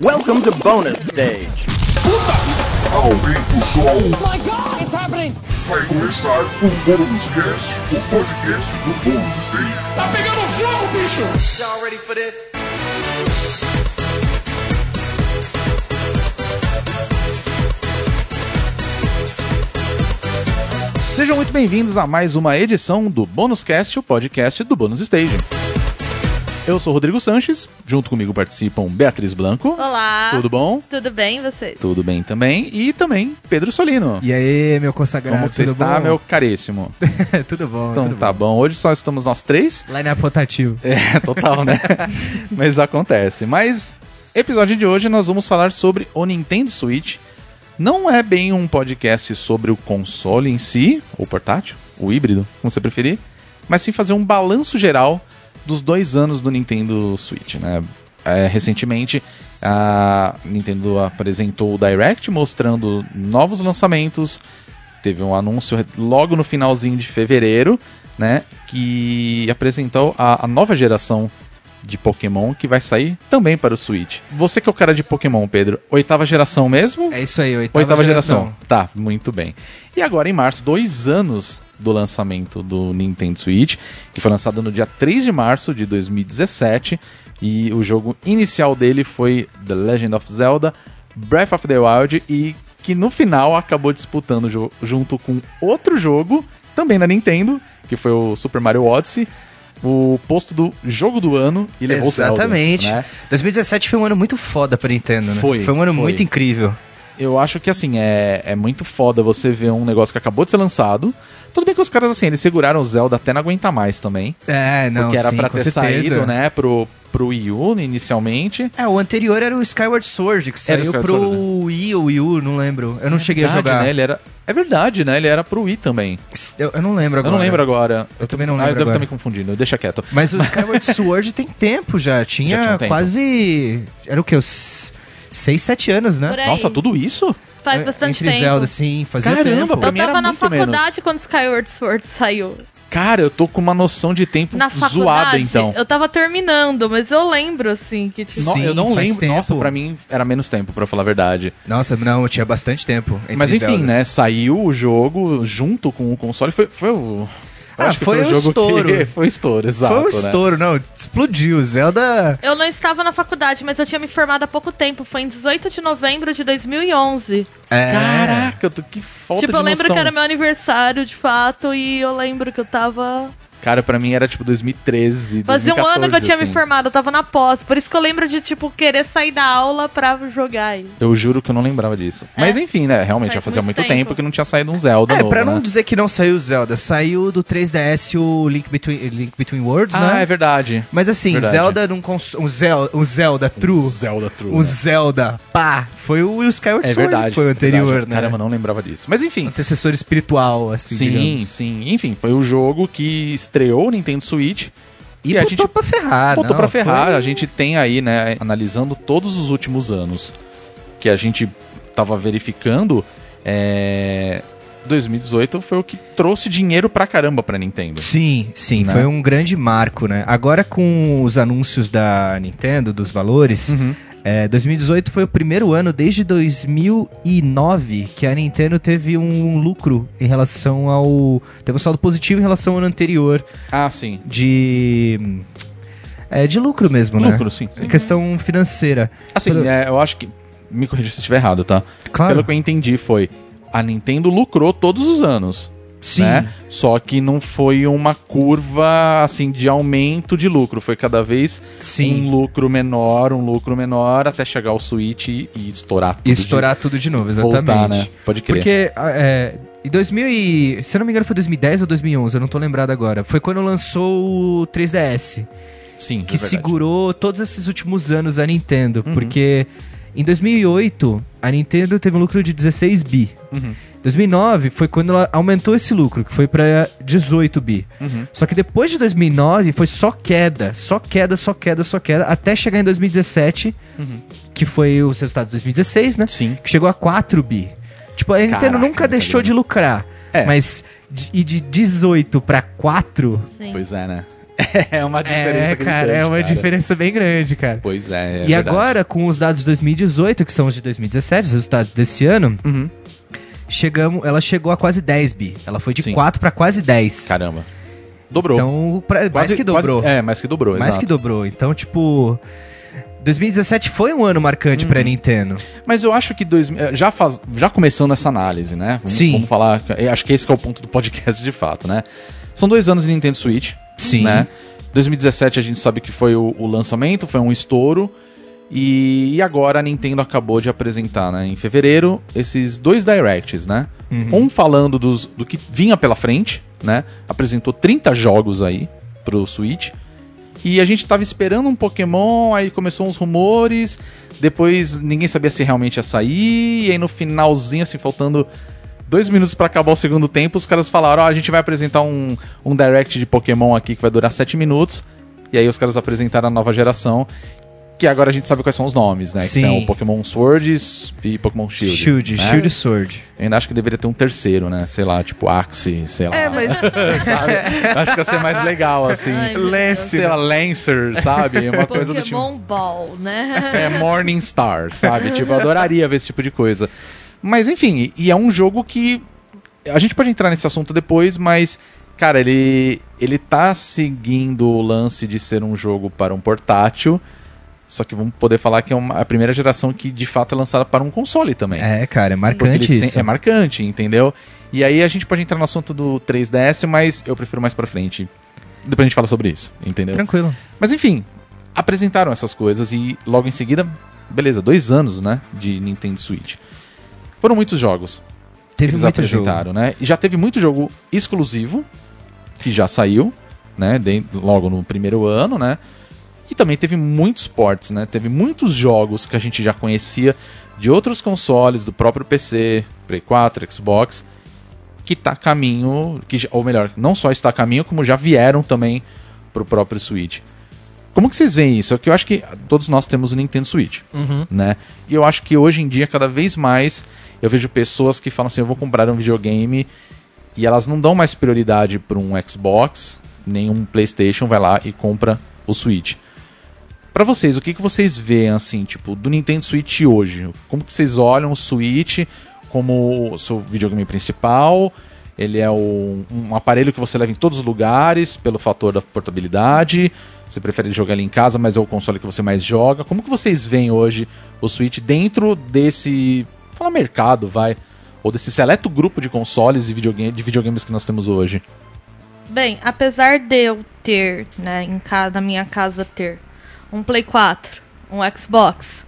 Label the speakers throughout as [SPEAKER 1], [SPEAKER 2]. [SPEAKER 1] Welcome to bonus stage.
[SPEAKER 2] Aumenta o som,
[SPEAKER 3] My God, it's happening!
[SPEAKER 2] vai começar o Bônus Cast, o podcast do Bônus Day.
[SPEAKER 3] Tá pegando fogo, bicho!
[SPEAKER 4] Y'all ready for this?
[SPEAKER 5] Sejam muito bem-vindos a mais uma edição do Bônus Cast, o podcast do Bônus Stage. Eu sou o Rodrigo Sanches, junto comigo participam Beatriz Blanco.
[SPEAKER 6] Olá.
[SPEAKER 5] Tudo bom?
[SPEAKER 6] Tudo bem, e vocês?
[SPEAKER 5] Tudo bem também. E também Pedro Solino.
[SPEAKER 7] E aí, meu consagrado,
[SPEAKER 5] Como que você
[SPEAKER 7] tudo
[SPEAKER 5] está,
[SPEAKER 7] bom?
[SPEAKER 5] meu caríssimo?
[SPEAKER 7] tudo bom,
[SPEAKER 5] Então
[SPEAKER 7] tudo
[SPEAKER 5] tá bom. Hoje só estamos nós três.
[SPEAKER 7] bom. Line-up rotativo.
[SPEAKER 5] É, total, né? Mas acontece. Mas, episódio de hoje nós vamos falar sobre o Nintendo Switch. Não é bem um podcast sobre o console em si, ou portátil, o híbrido, como você preferir, mas sim fazer um balanço geral dos dois anos do Nintendo Switch, né? É, recentemente, a Nintendo apresentou o Direct mostrando novos lançamentos, teve um anúncio logo no finalzinho de fevereiro, né? Que apresentou a, a nova geração de Pokémon que vai sair também para o Switch. Você que é o cara de Pokémon, Pedro, oitava geração mesmo?
[SPEAKER 7] É isso aí, oitava,
[SPEAKER 5] oitava geração. Tá, muito bem. E agora em março, dois anos do lançamento do Nintendo Switch, que foi lançado no dia 3 de março de 2017. E o jogo inicial dele foi The Legend of Zelda, Breath of the Wild, e que no final acabou disputando jo- junto com outro jogo, também da Nintendo, que foi o Super Mario Odyssey, o posto do jogo do ano e levou o Zelda,
[SPEAKER 8] Exatamente.
[SPEAKER 5] né?
[SPEAKER 8] 2017 foi um ano muito foda pra Nintendo, né?
[SPEAKER 5] Foi,
[SPEAKER 8] um ano
[SPEAKER 5] foi.
[SPEAKER 8] muito incrível.
[SPEAKER 5] Eu acho que, assim, é, é muito foda você ver um negócio que acabou de ser lançado. Tudo bem que os caras, assim, eles seguraram o Zelda até não aguentar mais também.
[SPEAKER 7] É, não,
[SPEAKER 5] porque era
[SPEAKER 7] sim,
[SPEAKER 5] pra
[SPEAKER 7] com
[SPEAKER 5] ter
[SPEAKER 7] certeza.
[SPEAKER 5] saído, né, pro, pro Wii U inicialmente.
[SPEAKER 8] É, o anterior era o Skyward Sword, que
[SPEAKER 5] Era o
[SPEAKER 8] saiu
[SPEAKER 5] Skyward
[SPEAKER 8] pro
[SPEAKER 5] Sword, né?
[SPEAKER 8] Wii ou Wii U, não lembro. Eu não cheguei a
[SPEAKER 5] Verdade,
[SPEAKER 8] jogar.
[SPEAKER 5] Né, ele era... É verdade, né? Ele era pro Wii também.
[SPEAKER 8] Eu, eu não lembro
[SPEAKER 5] Eu
[SPEAKER 8] agora.
[SPEAKER 5] não lembro agora.
[SPEAKER 8] Eu também não
[SPEAKER 5] Ah, eu
[SPEAKER 8] lembro
[SPEAKER 5] devo estar
[SPEAKER 8] agora.
[SPEAKER 5] me confundindo, deixa quieto.
[SPEAKER 8] Mas o Skyward Sword tem tempo já. Tinha,
[SPEAKER 5] tinha um tempo.
[SPEAKER 8] quase... Era o quê? Uns 6, 7 anos, né? É,
[SPEAKER 6] Por aí.
[SPEAKER 5] Nossa, tudo é, isso?
[SPEAKER 6] Faz bastante
[SPEAKER 8] Entre
[SPEAKER 6] tempo.
[SPEAKER 8] Zelda, sim. Fazia
[SPEAKER 5] Caramba,
[SPEAKER 8] tempo.
[SPEAKER 5] pra
[SPEAKER 6] eu
[SPEAKER 5] mim era
[SPEAKER 6] tava na
[SPEAKER 5] muito menos.
[SPEAKER 6] faculdade quando Skyward Sword saiu.
[SPEAKER 5] Cara, eu tô com uma noção de tempo
[SPEAKER 6] Na
[SPEAKER 5] zoada,
[SPEAKER 6] faculdade,
[SPEAKER 5] então.
[SPEAKER 6] eu tava terminando, mas eu lembro, assim, que tipo...
[SPEAKER 5] No-
[SPEAKER 8] Sim,
[SPEAKER 5] eu não
[SPEAKER 8] faz
[SPEAKER 5] lembro.
[SPEAKER 8] tempo.
[SPEAKER 5] Nossa, pra mim era menos tempo, pra falar a verdade.
[SPEAKER 8] Nossa, não, tinha bastante tempo. entre
[SPEAKER 5] Mas enfim,
[SPEAKER 8] Zeldas.
[SPEAKER 5] né? Saiu o jogo junto com o console. Foi, foi o. eu
[SPEAKER 8] Ah,
[SPEAKER 5] acho que
[SPEAKER 8] foi
[SPEAKER 5] o
[SPEAKER 8] o
[SPEAKER 5] jogo Que...
[SPEAKER 8] estouro.
[SPEAKER 5] Foi o estouro, exato.
[SPEAKER 8] Foi um
[SPEAKER 5] né?
[SPEAKER 8] estouro, não. Explodiu. Zelda...
[SPEAKER 6] Eu não estava na faculdade, mas eu tinha me formado há pouco tempo. Foi em 18 de novembro de 2011.
[SPEAKER 8] É.
[SPEAKER 5] Caraca, eu tô- que falta
[SPEAKER 6] tipo,
[SPEAKER 5] de
[SPEAKER 6] eu lembro
[SPEAKER 5] noção.
[SPEAKER 6] que era meu aniversário, de fato, e eu lembro que eu tava...
[SPEAKER 5] Cara, pra mim era tipo 2013.
[SPEAKER 6] Fazia um
[SPEAKER 5] 2014,
[SPEAKER 6] ano que eu tinha
[SPEAKER 5] assim.
[SPEAKER 6] me formado, eu tava na pós. Por isso que eu lembro de, tipo, querer sair da aula pra jogar aí.
[SPEAKER 5] Eu juro que eu não lembrava disso.
[SPEAKER 6] É.
[SPEAKER 5] Mas enfim, né? Realmente,
[SPEAKER 6] Faz
[SPEAKER 5] já fazia muito
[SPEAKER 6] muito
[SPEAKER 5] tempo.
[SPEAKER 6] tempo
[SPEAKER 5] que não tinha saído um Zelda
[SPEAKER 8] É,
[SPEAKER 5] novo,
[SPEAKER 8] pra não
[SPEAKER 5] né?
[SPEAKER 8] dizer que não saiu o Zelda, saiu do 3DS o Link Between, Link Between Worlds,
[SPEAKER 5] Ah,
[SPEAKER 8] né?
[SPEAKER 5] é verdade.
[SPEAKER 8] Mas assim,
[SPEAKER 5] Verdade.
[SPEAKER 8] Zelda num cons... um, Zel... um Zelda
[SPEAKER 5] O
[SPEAKER 8] True,
[SPEAKER 5] Zelda True.
[SPEAKER 8] um Zelda pá, foi o Skyward
[SPEAKER 5] É
[SPEAKER 8] Sword
[SPEAKER 5] verdade.
[SPEAKER 8] que foi o anterior,
[SPEAKER 5] verdade.
[SPEAKER 8] né?
[SPEAKER 5] Caramba, eu não lembrava disso. Mas enfim.
[SPEAKER 8] Antecessor espiritual, assim,
[SPEAKER 5] Sim,
[SPEAKER 8] digamos.
[SPEAKER 5] sim. Enfim, foi o jogo que estreou o Nintendo Switch.
[SPEAKER 8] E,
[SPEAKER 5] E a
[SPEAKER 8] botou
[SPEAKER 5] gente
[SPEAKER 8] pra ferrar,
[SPEAKER 5] Puta
[SPEAKER 8] Ah, não,
[SPEAKER 5] pra ferrar,
[SPEAKER 8] foi-
[SPEAKER 5] a gente tem aí, né, analisando todos os últimos anos que a gente tava verificando, é, 2018 foi o que trouxe dinheiro pra caramba pra Nintendo.
[SPEAKER 8] Sim, sim,
[SPEAKER 5] Né?
[SPEAKER 8] foi um grande marco, né? Agora com os anúncios da Nintendo, dos valores,
[SPEAKER 5] Uhum.
[SPEAKER 8] é, 2018 foi o primeiro ano desde 2009 que a Nintendo teve um lucro em relação ao. Teve um saldo positivo em relação ao ano anterior
[SPEAKER 5] Ah, sim.
[SPEAKER 8] de. É, de lucro mesmo,
[SPEAKER 5] Lucro,
[SPEAKER 8] né?
[SPEAKER 5] sim.
[SPEAKER 8] É Questão financeira.
[SPEAKER 5] Assim,
[SPEAKER 8] Pelo-
[SPEAKER 5] é, eu acho que. Me corrija se eu estiver errado, tá?
[SPEAKER 8] Claro.
[SPEAKER 5] Pelo que eu entendi, foi. A Nintendo lucrou todos os anos.
[SPEAKER 8] Sim.
[SPEAKER 5] né? Só que não foi uma curva assim de aumento de lucro. Foi cada vez
[SPEAKER 8] Sim.
[SPEAKER 5] um lucro menor, um lucro menor, até chegar ao Switch e, e estourar tudo.
[SPEAKER 8] E
[SPEAKER 5] de-
[SPEAKER 8] estourar tudo de novo, exatamente.
[SPEAKER 5] voltar, né? Pode crer.
[SPEAKER 8] Porque a- é, em 2000 e, se eu não me engano foi 2010 ou 2011, eu não tô lembrado agora. Foi quando lançou o 3DS,
[SPEAKER 5] Sim,
[SPEAKER 8] que
[SPEAKER 5] isso é verdade.
[SPEAKER 8] segurou todos esses últimos anos a Nintendo,
[SPEAKER 5] Uhum.
[SPEAKER 8] porque em 2008 a Nintendo teve um lucro de 16 bi.
[SPEAKER 5] Uhum.
[SPEAKER 8] 2009 foi quando ela aumentou esse lucro, que foi pra 18 bi.
[SPEAKER 5] Uhum.
[SPEAKER 8] Só que depois de 2009 foi só queda, só queda, só queda, só queda, até chegar em 2017,
[SPEAKER 5] Uhum.
[SPEAKER 8] que foi os resultados de 2016, né?
[SPEAKER 5] Sim.
[SPEAKER 8] que chegou a 4 bi. Tipo, a Nintendo
[SPEAKER 5] Caraca,
[SPEAKER 8] nunca
[SPEAKER 5] nunca
[SPEAKER 8] deixou
[SPEAKER 5] vi.
[SPEAKER 8] de lucrar.
[SPEAKER 5] É.
[SPEAKER 8] Mas de, e de 18 pra 4,
[SPEAKER 6] Sim.
[SPEAKER 5] Pois é, né? É uma diferença
[SPEAKER 8] É,
[SPEAKER 5] gritante,
[SPEAKER 8] cara, é uma
[SPEAKER 5] cara.
[SPEAKER 8] diferença bem grande, cara.
[SPEAKER 5] Pois é, é
[SPEAKER 8] e
[SPEAKER 5] verdade.
[SPEAKER 8] agora, com os dados de 2018, que são os de 2017, os resultados desse ano,
[SPEAKER 5] Uhum.
[SPEAKER 8] chegamos, ela chegou a quase 10 bi. Ela foi de
[SPEAKER 5] Sim.
[SPEAKER 8] 4 para quase 10.
[SPEAKER 5] Caramba. Dobrou.
[SPEAKER 8] Então, pra- mais
[SPEAKER 5] Quase-
[SPEAKER 8] que dobrou.
[SPEAKER 5] quase- é, mais que dobrou,
[SPEAKER 8] mais que
[SPEAKER 5] exato.
[SPEAKER 8] dobrou. Então, tipo, 2017 foi um ano marcante
[SPEAKER 5] Uhum.
[SPEAKER 8] pra Nintendo.
[SPEAKER 5] Mas eu acho que dois, eh, já, faz- já começando essa análise, né? Vamos,
[SPEAKER 8] Sim.
[SPEAKER 5] Vamos falar. eh, Acho que esse que é o ponto do podcast de fato, né? São dois anos de Nintendo Switch.
[SPEAKER 8] Sim.
[SPEAKER 5] Né? 2017 a gente sabe que foi o, o lançamento, foi um estouro. E, e agora a Nintendo acabou de apresentar, né, em fevereiro, esses dois directs, né?
[SPEAKER 8] Uhum.
[SPEAKER 5] Um falando dos, do que vinha pela frente, né? Apresentou 30 jogos aí pro Switch. E a gente tava esperando um Pokémon, aí começou uns rumores, depois ninguém sabia se realmente ia sair, e aí no finalzinho, assim, faltando dois minutos pra acabar o segundo tempo, os caras falaram, ó, a gente vai apresentar um, um direct de Pokémon aqui que vai durar sete minutos, e aí os caras apresentaram a nova geração, que agora a gente sabe quais são os nomes, né? Que
[SPEAKER 8] Sim.
[SPEAKER 5] são Pokémon Swords e Pokémon Shield.
[SPEAKER 8] Shield,
[SPEAKER 5] né?
[SPEAKER 8] Shield e Sword.
[SPEAKER 5] Eu ainda acho que deveria ter um terceiro, né? Sei lá, tipo Axie, sei lá.
[SPEAKER 8] É, mas
[SPEAKER 5] sabe? acho que ia ser mais legal, assim.
[SPEAKER 6] Ai, meu Lancer. Deus.
[SPEAKER 5] Sei lá, Lancer, sabe? Uma coisa do tipo.
[SPEAKER 6] Pokémon Ball, né?
[SPEAKER 5] É Morningstar, sabe? Tipo, eu adoraria ver esse tipo de coisa. Mas enfim, e é um jogo que. A gente pode entrar nesse assunto depois, mas. Cara, ele, ele tá seguindo o lance de ser um jogo para um portátil. Só que vamos poder falar que é uma- a primeira geração que de fato é lançada para um console também.
[SPEAKER 8] É, cara,
[SPEAKER 5] Porque
[SPEAKER 8] é marcante
[SPEAKER 5] ele se-
[SPEAKER 8] isso.
[SPEAKER 5] É marcante, entendeu? E aí a gente pode entrar no assunto do 3DS, mas eu prefiro mais pra frente. Depois a gente fala sobre isso, entendeu?
[SPEAKER 8] Tranquilo.
[SPEAKER 5] Mas enfim, apresentaram essas coisas e logo em seguida, beleza, dois anos, né, de Nintendo Switch. Foram muitos jogos
[SPEAKER 8] Teve
[SPEAKER 5] eles
[SPEAKER 8] muito jogo.
[SPEAKER 5] apresentaram, né? E já teve muito jogo exclusivo que já saiu, né? de- logo no primeiro ano, né? E também teve muitos ports, né? Teve muitos jogos que a gente já conhecia de outros consoles, do próprio PC, Play 4, Xbox, que tá a caminho, que, já- ou melhor, não só está a caminho, como já vieram também pro próprio Switch. Como que vocês veem isso? É que eu acho que todos nós temos o Nintendo Switch né? E eu acho que hoje em dia, cada vez mais, eu vejo pessoas que falam assim: eu vou comprar um videogame e elas não dão mais prioridade para um Xbox, nem um PlayStation, vai lá e compra o Switch. Pra vocês, o que, que vocês veem, assim, tipo, do Nintendo Switch hoje? Como que vocês olham o Switch como o seu videogame principal? Ele é um, um aparelho que você leva em todos os lugares, pelo fator da portabilidade. Você prefere jogar ele em casa, mas é o console que você mais joga. Como que vocês veem hoje o Switch dentro desse, fala mercado, vai, ou desse seleto grupo de consoles e videogame, de videogames que nós temos hoje?
[SPEAKER 6] Bem, apesar de eu ter, né, em ca- na minha casa ter um Play 4, um Xbox,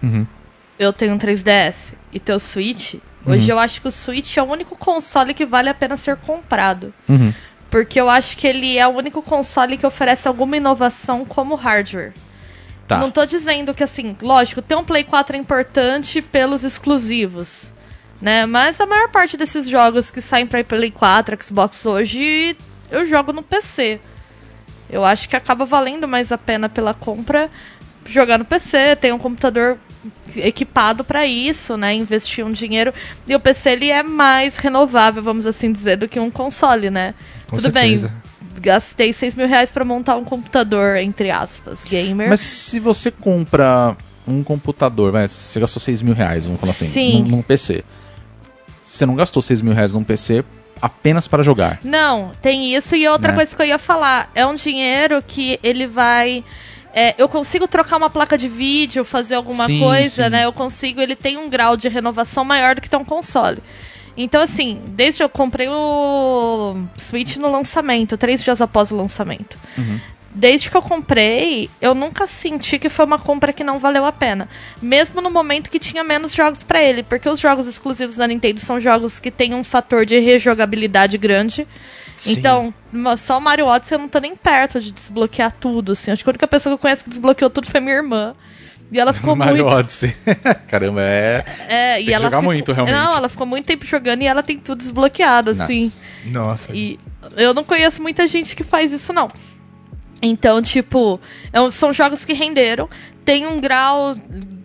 [SPEAKER 6] eu tenho um 3DS e teu Switch, hoje eu acho que o Switch é o único console que vale a pena ser comprado. Porque eu acho que ele é o único console que oferece alguma inovação como hardware.
[SPEAKER 5] Tá.
[SPEAKER 6] Não tô dizendo que, assim, lógico, ter um Play 4 é importante pelos exclusivos, né? Mas a maior parte desses jogos que saem pra Play 4, Xbox hoje, eu jogo no PC. Eu acho que acaba valendo mais a pena pela compra jogar no PC, tem um computador equipado pra isso, né? Investir um dinheiro. E o PC ele é mais renovável, vamos assim dizer, do que um console, né?
[SPEAKER 8] Com
[SPEAKER 6] Tudo
[SPEAKER 8] certeza.
[SPEAKER 6] bem. Gastei 6 mil reais pra montar um computador, entre aspas, gamer.
[SPEAKER 5] Mas se você compra um computador, vai, você gastou 6 mil reais, vamos falar assim,
[SPEAKER 6] Sim.
[SPEAKER 5] Num, num PC. Você não gastou 6 mil reais num PC apenas para jogar.
[SPEAKER 6] Não, tem isso e outra
[SPEAKER 5] Né?
[SPEAKER 6] coisa que eu ia falar. É um dinheiro que ele vai. é, eu consigo trocar uma placa de vídeo, fazer alguma
[SPEAKER 5] Sim,
[SPEAKER 6] coisa,
[SPEAKER 5] sim.
[SPEAKER 6] né? Eu consigo. Ele tem um grau de renovação maior do que ter um console. Então, assim, desde eu comprei o Switch no lançamento, três dias após o lançamento. Desde que eu comprei, eu nunca senti que foi uma compra que não valeu a pena. Mesmo no momento que tinha menos jogos pra ele, porque os jogos exclusivos da Nintendo são jogos que têm um fator de rejogabilidade grande. Então, ma- só o Mario Odyssey eu não tô nem perto de desbloquear tudo, assim. Acho que a única pessoa que eu conheço que desbloqueou tudo foi minha irmã. E ela ficou
[SPEAKER 5] Mario
[SPEAKER 6] muito.
[SPEAKER 5] Odyssey. Caramba, é.
[SPEAKER 6] É,
[SPEAKER 5] que jogar muito, realmente.
[SPEAKER 6] Não, ela ficou muito tempo jogando e ela tem tudo desbloqueado, assim.
[SPEAKER 5] Nossa.
[SPEAKER 8] Nossa.
[SPEAKER 6] E eu não conheço muita gente que faz isso, não. Então, tipo, é um- são jogos que renderam. Tem um grau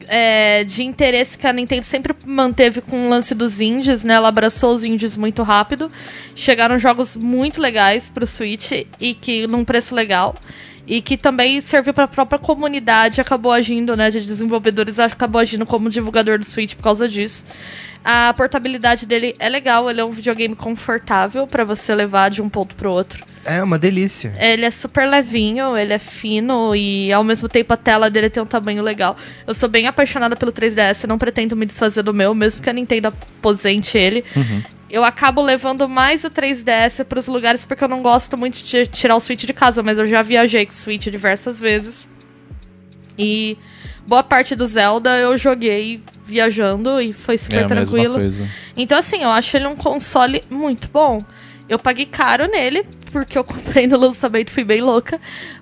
[SPEAKER 6] é, de interesse que a Nintendo sempre manteve com o lance dos indies, né? Ela abraçou os indies muito rápido. Chegaram jogos muito legais pro Switch e que num preço legal. E que também serviu para a própria comunidade, acabou agindo, né, de desenvolvedores, acabou agindo como divulgador do Switch por causa disso. A portabilidade dele é legal, ele é um videogame confortável para você levar de um ponto pro outro.
[SPEAKER 8] É uma delícia.
[SPEAKER 6] Ele é super levinho, ele é fino e ao mesmo tempo a tela dele tem um tamanho legal. Eu sou bem apaixonada pelo 3DS, eu não pretendo me desfazer do meu, mesmo que a Nintendo aposente ele.
[SPEAKER 5] Uhum.
[SPEAKER 6] Eu acabo levando mais o 3DS para os lugares porque eu não gosto muito de tirar o Switch de casa, mas eu já viajei com o Switch diversas vezes. E boa parte do Zelda eu joguei viajando e foi super
[SPEAKER 5] É a mesma
[SPEAKER 6] tranquilo.
[SPEAKER 5] coisa.
[SPEAKER 6] Então, assim, eu acho ele um console muito bom. Eu paguei caro nele, porque eu comprei no lançamento, fui bem louca.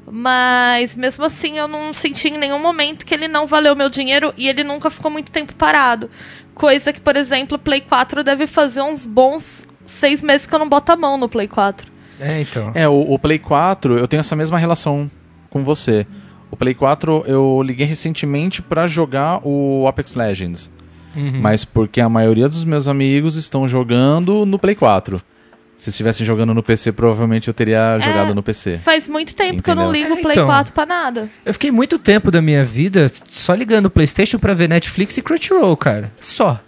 [SPEAKER 6] Mas mesmo assim, eu não senti em nenhum momento que ele não valeu meu dinheiro e ele nunca ficou muito tempo parado. Coisa que, por exemplo, o Play 4 deve fazer uns bons seis meses que eu não boto a mão no Play 4.
[SPEAKER 8] É, então.
[SPEAKER 5] É, o, o Play 4, eu tenho essa mesma relação com você. O Play 4 eu liguei recentemente pra jogar o Apex Legends. Mas porque a maioria dos meus amigos estão jogando no Play 4. Se estivessem jogando no PC, provavelmente eu
[SPEAKER 6] É.
[SPEAKER 5] teria jogado no PC.
[SPEAKER 6] Faz muito tempo que eu não
[SPEAKER 5] Entendeu?
[SPEAKER 6] ligo o
[SPEAKER 8] É,
[SPEAKER 6] Play
[SPEAKER 8] então.
[SPEAKER 6] 4 pra nada.
[SPEAKER 8] Eu fiquei muito tempo da minha vida só ligando o PlayStation pra ver Netflix e Crunchyroll, cara. Só.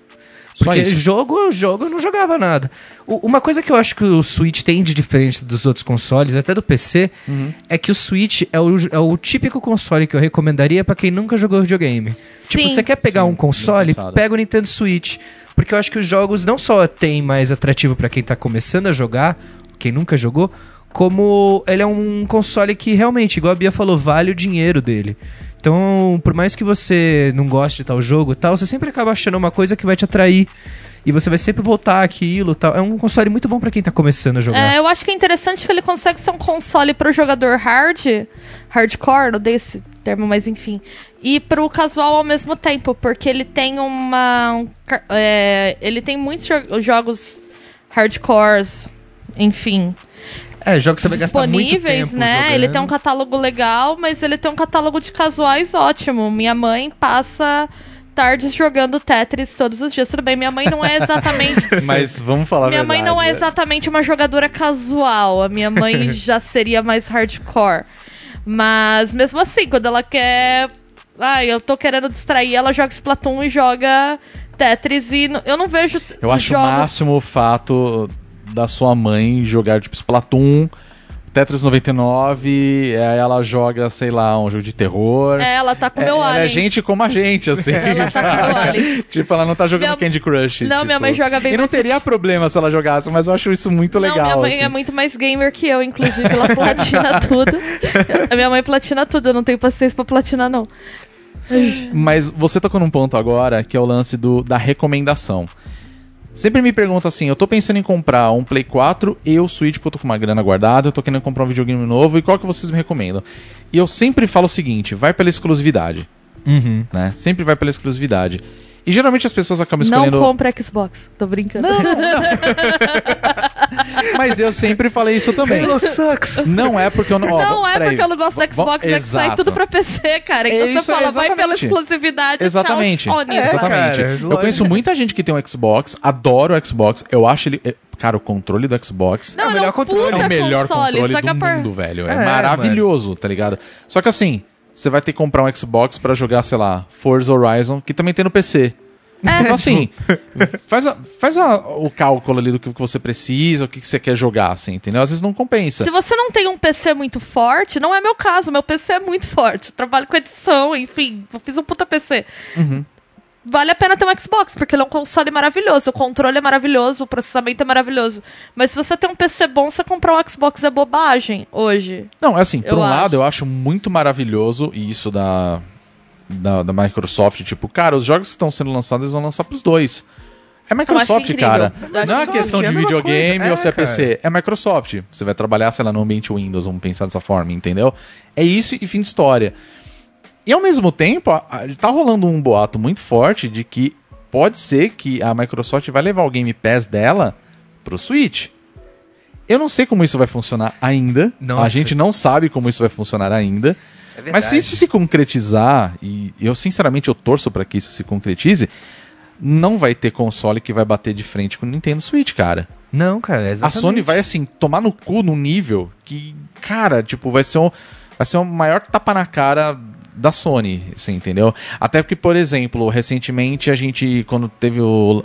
[SPEAKER 5] Só
[SPEAKER 8] Porque
[SPEAKER 5] isso.
[SPEAKER 8] jogo, jogo eu não jogava nada. O- uma coisa que eu acho que o Switch tem de diferente dos outros consoles, até do PC,
[SPEAKER 5] Uhum.
[SPEAKER 8] é que o Switch é o, é o típico console que eu recomendaria pra quem nunca jogou videogame. Tipo,
[SPEAKER 6] Sim.
[SPEAKER 8] você quer pegar um console,
[SPEAKER 5] pensado.
[SPEAKER 8] pega o Nintendo Switch. Porque eu acho que os jogos não só tem mais atrativo pra quem tá começando a jogar, quem nunca jogou, como ele é um console que realmente, igual a Bia falou, vale o dinheiro dele. Então, por mais que você não goste de tal jogo e tal, você sempre acaba achando uma coisa que vai te atrair. E você vai sempre voltar àquilo e tal. É um console muito bom pra quem tá começando a jogar.
[SPEAKER 6] É, eu acho que é interessante que ele consegue ser um console pro jogador hard, hardcore, odeio esse termo, mas enfim, e pro casual ao mesmo tempo, porque ele tem uma. um car- é, ele tem muitos jo- jogos hardcores, enfim,
[SPEAKER 8] É, jogo que você vai gastar muito
[SPEAKER 6] disponíveis,
[SPEAKER 8] tempo
[SPEAKER 6] né?
[SPEAKER 8] jogando.
[SPEAKER 6] Ele tem um catálogo legal, mas ele tem um catálogo de casuais ótimo. Minha mãe passa tardes jogando Tetris todos os dias. Tudo bem, minha mãe não é exatamente
[SPEAKER 5] Mas vamos falar
[SPEAKER 6] minha
[SPEAKER 5] a
[SPEAKER 6] mãe
[SPEAKER 5] verdade.
[SPEAKER 6] não é exatamente uma jogadora casual. A minha mãe já seria mais hardcore. Mas mesmo assim, quando ela quer. Ah, eu tô querendo distrair, ela joga Splatoon e joga Tetris. E n- eu não vejo.
[SPEAKER 5] Eu acho o
[SPEAKER 6] jogos-
[SPEAKER 5] máximo o fato da sua mãe jogar tipo Splatoon, Tetris 99, aí ela joga, sei lá, um jogo de terror.
[SPEAKER 6] É, ela tá com
[SPEAKER 5] É,
[SPEAKER 6] meu
[SPEAKER 5] ela
[SPEAKER 6] alien.
[SPEAKER 5] é gente como a gente, assim.
[SPEAKER 6] Ela tá com meu alien.
[SPEAKER 5] Tipo, ela não tá jogando
[SPEAKER 6] Minha-
[SPEAKER 5] Candy Crush.
[SPEAKER 6] Não,
[SPEAKER 5] tipo.
[SPEAKER 6] minha mãe joga bem
[SPEAKER 5] E não
[SPEAKER 6] mais-
[SPEAKER 5] teria problema se ela jogasse, mas eu acho isso muito legal.
[SPEAKER 6] Não, minha mãe
[SPEAKER 5] assim.
[SPEAKER 6] é muito mais gamer que eu, inclusive. Ela platina tudo. A minha mãe platina tudo, eu não tenho paciência pra platinar, não.
[SPEAKER 5] Mas você tocou num ponto agora que é o lance do, da recomendação. Sempre me pergunta assim, eu tô pensando em comprar um Play 4 e o Switch, porque eu tô com uma grana guardada, eu tô querendo comprar um videogame novo, e qual que vocês me recomendam? E eu sempre falo o seguinte, vai pela exclusividade,
[SPEAKER 8] Uhum.
[SPEAKER 5] né? Sempre vai pela exclusividade. E geralmente as pessoas acabam
[SPEAKER 6] Não
[SPEAKER 5] escolhendo...
[SPEAKER 6] compra Xbox. Tô brincando.
[SPEAKER 5] Mas eu sempre falei isso também.
[SPEAKER 8] Halo sucks.
[SPEAKER 5] Não é porque eu não... ó,
[SPEAKER 6] Não é
[SPEAKER 5] peraí,
[SPEAKER 6] porque eu não gosto do
[SPEAKER 5] va- va-
[SPEAKER 6] Xbox, né? Que sai
[SPEAKER 5] Exato.
[SPEAKER 6] tudo pra PC, cara.
[SPEAKER 5] É
[SPEAKER 6] Então você
[SPEAKER 5] isso aí,
[SPEAKER 6] fala, vai pela
[SPEAKER 5] exatamente.
[SPEAKER 6] exclusividade,
[SPEAKER 5] Exatamente.
[SPEAKER 6] tchau, Sony.
[SPEAKER 5] É, exatamente.
[SPEAKER 8] cara,
[SPEAKER 5] eu
[SPEAKER 8] lógico.
[SPEAKER 5] conheço muita gente que tem um Xbox, adoro o Xbox, eu acho ele. é, Cara, o controle do Xbox
[SPEAKER 6] Não,
[SPEAKER 8] É o
[SPEAKER 6] ele
[SPEAKER 8] melhor
[SPEAKER 6] é um
[SPEAKER 8] controle.
[SPEAKER 5] é
[SPEAKER 6] puta
[SPEAKER 5] o melhor
[SPEAKER 6] console,
[SPEAKER 5] controle
[SPEAKER 6] saca
[SPEAKER 5] do
[SPEAKER 6] por-
[SPEAKER 5] mundo, velho. É,
[SPEAKER 8] É,
[SPEAKER 5] maravilhoso, tá ligado? Só que assim, você vai ter que comprar um Xbox pra jogar, sei lá, Forza Horizon, que também tem no PC.
[SPEAKER 6] É.
[SPEAKER 5] Então, assim, faz, a- faz a- o cálculo ali do que você precisa, o que que você quer jogar, assim, entendeu? Às vezes não compensa.
[SPEAKER 6] Se você não tem um PC muito forte, não é meu caso, meu PC é muito forte. Eu trabalho com edição, enfim, eu fiz um puta PC.
[SPEAKER 5] Uhum.
[SPEAKER 6] Vale a pena ter um Xbox, porque ele é um console maravilhoso, o controle é maravilhoso, o processamento é maravilhoso. Mas se você tem um PC bom, você comprar um Xbox é bobagem hoje.
[SPEAKER 5] Não, é assim, por
[SPEAKER 6] Eu
[SPEAKER 5] um
[SPEAKER 6] acho.
[SPEAKER 5] lado, eu acho muito maravilhoso e isso da, da, da Microsoft. Tipo, cara, os jogos que estão sendo lançados, eles vão lançar pros dois. É Microsoft,
[SPEAKER 6] incrível.
[SPEAKER 5] cara.
[SPEAKER 6] Eu
[SPEAKER 5] Não
[SPEAKER 6] acho
[SPEAKER 5] é uma
[SPEAKER 6] incrível.
[SPEAKER 5] questão
[SPEAKER 8] É
[SPEAKER 5] de
[SPEAKER 8] a mesma
[SPEAKER 5] videogame
[SPEAKER 8] coisa.
[SPEAKER 5] ou se é
[SPEAKER 8] É, cara.
[SPEAKER 5] PC. É Microsoft. Você vai trabalhar, sei lá, no ambiente Windows, vamos pensar dessa forma, entendeu? É isso e fim de história. E ao mesmo tempo, a- a- tá rolando um boato muito forte de que pode ser que a Microsoft vai levar o Game Pass dela pro Switch. Eu não sei como isso vai funcionar ainda.
[SPEAKER 8] Nossa.
[SPEAKER 5] A gente não sabe como isso vai funcionar ainda. Mas se isso se concretizar, e eu sinceramente eu torço pra que isso se concretize, não vai ter console que vai bater de frente com o Nintendo Switch, cara.
[SPEAKER 8] Não, cara, é
[SPEAKER 5] A
[SPEAKER 8] exatamente.
[SPEAKER 5] Sony vai assim tomar no cu num nível que, cara, tipo, vai ser um vai ser o maior tapa na cara da Sony, assim, entendeu? Até porque, por exemplo, recentemente a gente, quando teve o.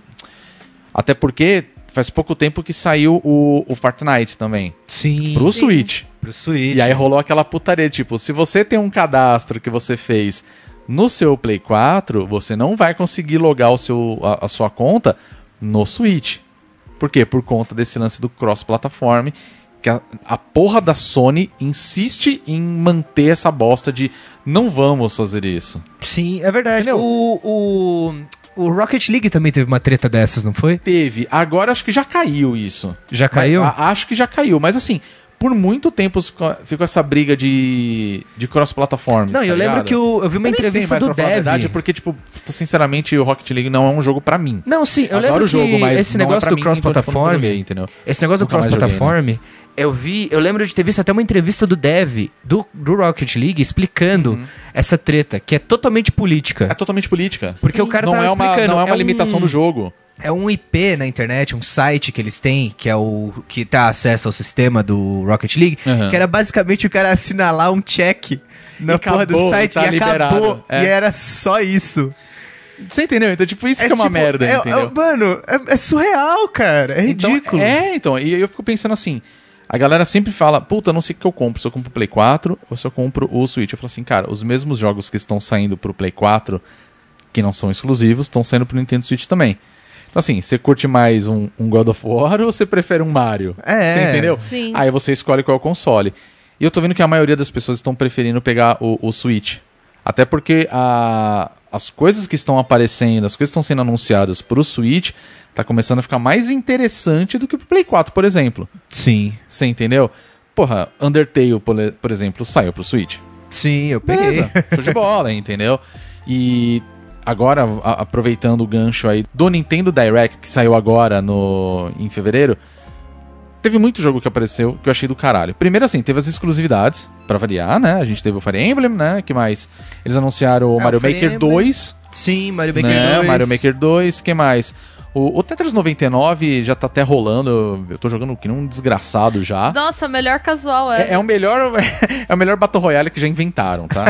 [SPEAKER 5] Até porque faz pouco tempo que saiu o, o Fortnite também.
[SPEAKER 8] Sim.
[SPEAKER 5] Pro
[SPEAKER 6] Sim.
[SPEAKER 5] Switch.
[SPEAKER 8] Pro Switch.
[SPEAKER 5] E aí rolou aquela putaria, tipo, se você tem um cadastro que você fez no seu Play 4, você não vai conseguir logar o seu, a, a sua conta no Switch. Por quê? Por conta desse lance do cross-platform, que a, a porra da Sony insiste em manter essa bosta de não vamos fazer isso.
[SPEAKER 8] Sim, é verdade. O, o, o Rocket League também teve uma treta dessas, não foi?
[SPEAKER 5] Teve, agora acho que já caiu isso.
[SPEAKER 8] Já caiu?
[SPEAKER 5] Mas, a- acho que já caiu, mas assim, por muito tempo ficou, ficou essa briga de, de cross-platform.
[SPEAKER 8] Não, eu lembro que eu, eu vi uma
[SPEAKER 5] tá nem sei
[SPEAKER 8] entrevista
[SPEAKER 5] mais,
[SPEAKER 8] do
[SPEAKER 5] pra falar a
[SPEAKER 8] Dev.
[SPEAKER 5] verdade, porque, tipo, sinceramente, o Rocket League não é um jogo pra mim.
[SPEAKER 8] Não, sim, eu
[SPEAKER 5] Adoro
[SPEAKER 8] lembro
[SPEAKER 5] o jogo,
[SPEAKER 8] que
[SPEAKER 5] mas
[SPEAKER 8] esse
[SPEAKER 5] não é
[SPEAKER 8] negócio
[SPEAKER 5] pra
[SPEAKER 8] do
[SPEAKER 5] mim, então, tipo, eu nunca
[SPEAKER 8] cross-platform,
[SPEAKER 5] joguei, entendeu?
[SPEAKER 8] esse negócio do
[SPEAKER 5] Nunca mais joguei, né?
[SPEAKER 8] cross-platform, eu vi, eu lembro de ter visto até uma entrevista do Dev do, do Rocket League explicando
[SPEAKER 5] Uhum.
[SPEAKER 8] essa treta, que é totalmente política.
[SPEAKER 5] É totalmente política.
[SPEAKER 8] Porque o cara
[SPEAKER 5] não
[SPEAKER 8] tava
[SPEAKER 5] é uma,
[SPEAKER 8] explicando,
[SPEAKER 5] Não é
[SPEAKER 8] é
[SPEAKER 5] uma
[SPEAKER 8] um-
[SPEAKER 5] limitação do jogo.
[SPEAKER 8] É um IP na internet, um site que eles têm, que é o que dá acesso ao sistema do Rocket League,
[SPEAKER 5] Uhum.
[SPEAKER 8] que era basicamente o cara assinalar um check na
[SPEAKER 5] E
[SPEAKER 8] porra do
[SPEAKER 5] acabou,
[SPEAKER 8] site
[SPEAKER 5] tá
[SPEAKER 8] e acabou.
[SPEAKER 5] liberado, é.
[SPEAKER 8] E era só isso.
[SPEAKER 5] Você entendeu? Então, tipo, isso que é uma
[SPEAKER 8] tipo,
[SPEAKER 5] merda,
[SPEAKER 8] é- é-
[SPEAKER 5] entendeu?
[SPEAKER 8] mano, é, é surreal, cara. É
[SPEAKER 5] Então,
[SPEAKER 8] ridículo.
[SPEAKER 5] é, então, e aí eu fico pensando assim, a galera sempre fala, puta, não sei o que eu compro, se eu compro o Play 4 ou se eu compro o Switch. Eu falo assim, cara, os mesmos jogos que estão saindo pro Play 4, que não são exclusivos, estão saindo pro Nintendo Switch também. Então assim, você curte mais um, um God of War ou você prefere um Mario?
[SPEAKER 8] É.
[SPEAKER 5] Você entendeu?
[SPEAKER 6] Sim.
[SPEAKER 5] Aí você escolhe qual é o console. E eu tô vendo que a maioria das pessoas estão preferindo pegar o, o Switch. Até porque a- as coisas que estão aparecendo, as coisas que estão sendo anunciadas pro Switch, tá começando a ficar mais interessante do que pro Play 4, por exemplo.
[SPEAKER 8] Sim.
[SPEAKER 5] Você entendeu? Porra, Undertale, por le- por exemplo, saiu pro Switch.
[SPEAKER 8] Sim, eu peguei.
[SPEAKER 5] Beleza, show de bola, entendeu? E agora, a- aproveitando o gancho aí do Nintendo Direct, que saiu agora no em fevereiro, teve muito jogo que apareceu que eu achei do caralho. Primeiro, assim, teve as exclusividades, pra variar, né? A gente teve o Fire Emblem, né? que mais? Eles anunciaram o
[SPEAKER 8] É,
[SPEAKER 5] Mario
[SPEAKER 8] o Fire
[SPEAKER 5] Maker
[SPEAKER 8] Emblem,
[SPEAKER 5] 2,
[SPEAKER 8] Sim, Mario
[SPEAKER 5] né? Mario Maker 2, que mais? O, o Tetris 99 já tá até rolando, eu tô jogando que nem um desgraçado já.
[SPEAKER 6] Nossa, melhor casual é.
[SPEAKER 5] É, é o melhor é o melhor Battle Royale que já inventaram, tá?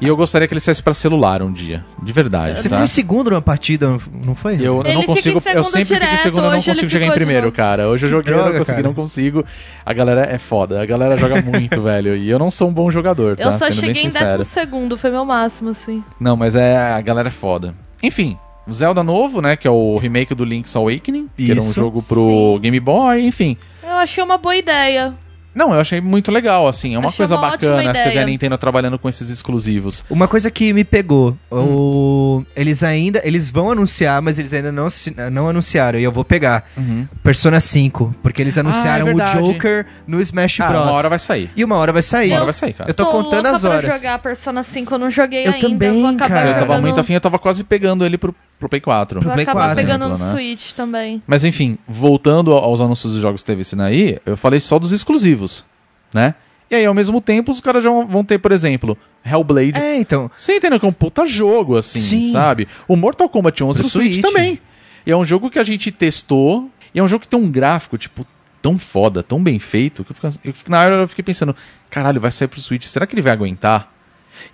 [SPEAKER 5] e eu gostaria que ele saísse pra celular um dia, de verdade,
[SPEAKER 8] Você
[SPEAKER 5] tá?
[SPEAKER 8] foi em segundo numa partida, não foi?
[SPEAKER 5] Eu, eu
[SPEAKER 6] Ele fica
[SPEAKER 5] não
[SPEAKER 6] em
[SPEAKER 5] consigo,
[SPEAKER 6] segundo
[SPEAKER 5] eu sempre fico em
[SPEAKER 6] direto,
[SPEAKER 5] segundo, eu não
[SPEAKER 6] hoje ele
[SPEAKER 5] consigo chegar em
[SPEAKER 6] ficou de
[SPEAKER 5] primeiro,
[SPEAKER 6] novo.
[SPEAKER 5] cara. Hoje eu joguei, eu não
[SPEAKER 8] droga,
[SPEAKER 5] consegui,
[SPEAKER 8] cara.
[SPEAKER 5] não consigo. A galera é foda, a galera joga muito, velho, e eu não sou um bom jogador, tá?
[SPEAKER 6] eu só
[SPEAKER 5] Sendo bem
[SPEAKER 6] cheguei em
[SPEAKER 5] sincero.
[SPEAKER 6] décimo segundo, foi meu máximo, assim.
[SPEAKER 5] Não, mas é, a galera é foda. Enfim, o Zelda novo, né, que é o remake do Link's Awakening, que era um
[SPEAKER 8] Isso.
[SPEAKER 5] jogo pro Game Boy, enfim.
[SPEAKER 6] Eu achei uma boa ideia.
[SPEAKER 5] Não, eu achei muito legal, assim, é uma
[SPEAKER 6] Achei
[SPEAKER 5] coisa
[SPEAKER 6] uma ótima
[SPEAKER 5] bacana você ver a
[SPEAKER 6] ideia.
[SPEAKER 5] Nintendo trabalhando com esses exclusivos.
[SPEAKER 8] Uma coisa que me pegou,
[SPEAKER 5] Hum.
[SPEAKER 8] o- eles ainda, eles vão anunciar, mas eles ainda não, assi- não anunciaram, e eu vou pegar,
[SPEAKER 5] Uhum. Ah, é
[SPEAKER 8] Persona 5, porque eles anunciaram o
[SPEAKER 5] verdade.
[SPEAKER 8] Joker no Smash
[SPEAKER 5] Ah,
[SPEAKER 8] Bros.
[SPEAKER 5] uma hora vai sair.
[SPEAKER 8] E uma hora vai sair.
[SPEAKER 5] Uma hora vai sair, cara.
[SPEAKER 8] Eu tô, contando
[SPEAKER 6] louca
[SPEAKER 8] as
[SPEAKER 6] pra
[SPEAKER 8] horas.
[SPEAKER 6] jogar Persona 5, eu não joguei
[SPEAKER 8] Eu
[SPEAKER 6] ainda.
[SPEAKER 8] também,
[SPEAKER 6] vou acabar
[SPEAKER 8] cara.
[SPEAKER 5] Eu tava
[SPEAKER 6] jogando-
[SPEAKER 5] muito afim, eu tava quase pegando ele pro, pro Play 4.
[SPEAKER 6] Vou
[SPEAKER 8] Play
[SPEAKER 6] acabar
[SPEAKER 8] 4,
[SPEAKER 6] pegando no
[SPEAKER 5] né?
[SPEAKER 6] Switch também.
[SPEAKER 5] Mas enfim, voltando ao- aos anúncios dos jogos que teve esse aí, eu falei só dos exclusivos, né? E aí, ao mesmo tempo, os caras já vão vão ter, por exemplo, Hellblade.
[SPEAKER 8] É, então,
[SPEAKER 5] Você entendeu que é um puta jogo, assim,
[SPEAKER 8] Sim.
[SPEAKER 5] sabe? O Mortal Kombat 11 pro
[SPEAKER 8] Pro
[SPEAKER 5] Switch
[SPEAKER 8] Switch.
[SPEAKER 5] também. E é um jogo que a gente testou, e é um jogo que tem um gráfico, tipo, tão foda, tão bem feito, que eu fico, eu fico- na hora eu fiquei pensando, caralho, vai sair pro Switch, será que ele vai aguentar?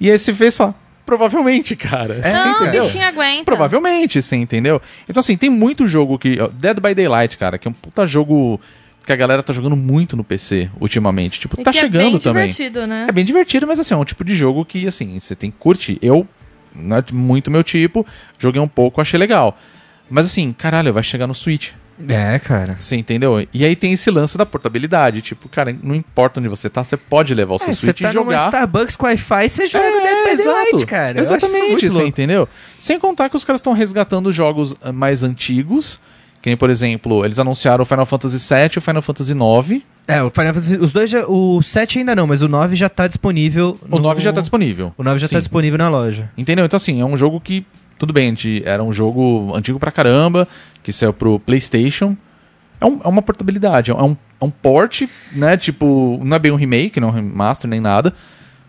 [SPEAKER 5] E aí você fez só, provavelmente, cara.
[SPEAKER 8] É,
[SPEAKER 5] Você
[SPEAKER 6] não, o
[SPEAKER 5] entendeu?
[SPEAKER 6] bichinho aguenta.
[SPEAKER 5] Então, Provavelmente, você entendeu? Então, assim, tem muito jogo que. ó, Dead by Daylight, cara, que é um puta jogo que a galera tá jogando muito no PC ultimamente. Tipo,
[SPEAKER 6] E
[SPEAKER 5] tá
[SPEAKER 6] que
[SPEAKER 5] chegando
[SPEAKER 6] é bem
[SPEAKER 5] também.
[SPEAKER 6] divertido, né?
[SPEAKER 5] É bem divertido, mas assim, é um tipo de jogo que, assim, você tem que curtir. Eu, não é muito meu tipo, joguei um pouco, achei legal. Mas assim, caralho, vai chegar no Switch.
[SPEAKER 8] é, cara.
[SPEAKER 5] Você entendeu? E aí tem esse lance da portabilidade. Tipo, cara, não importa onde você tá, você pode levar o seu
[SPEAKER 8] É, você
[SPEAKER 5] Switch
[SPEAKER 8] tá
[SPEAKER 5] e jogar.
[SPEAKER 8] numa Starbucks com Wi-Fi, você joga
[SPEAKER 5] É,
[SPEAKER 8] é, Dead by Daylight,
[SPEAKER 5] exato.
[SPEAKER 8] cara. Eu acho isso
[SPEAKER 5] Exatamente,
[SPEAKER 8] muito
[SPEAKER 5] você
[SPEAKER 8] louco.
[SPEAKER 5] entendeu? Sem contar que os caras estão resgatando jogos ah, mais antigos. Que nem, por exemplo, eles anunciaram o Final Fantasy VII e o Final Fantasy IX.
[SPEAKER 8] É, o Final Fantasy, os dois já, o 7 ainda não, mas o 9 já tá disponível.
[SPEAKER 5] O
[SPEAKER 8] no-
[SPEAKER 5] 9 já tá disponível.
[SPEAKER 8] O 9 já
[SPEAKER 5] Sim.
[SPEAKER 8] tá disponível na loja.
[SPEAKER 5] Entendeu? Então, assim, é um jogo que. Tudo bem, a gente- era um jogo antigo pra caramba, que saiu pro PlayStation. É, um- é uma portabilidade, é um, é um port, né? Tipo, não é bem um remake, não é um remaster nem nada.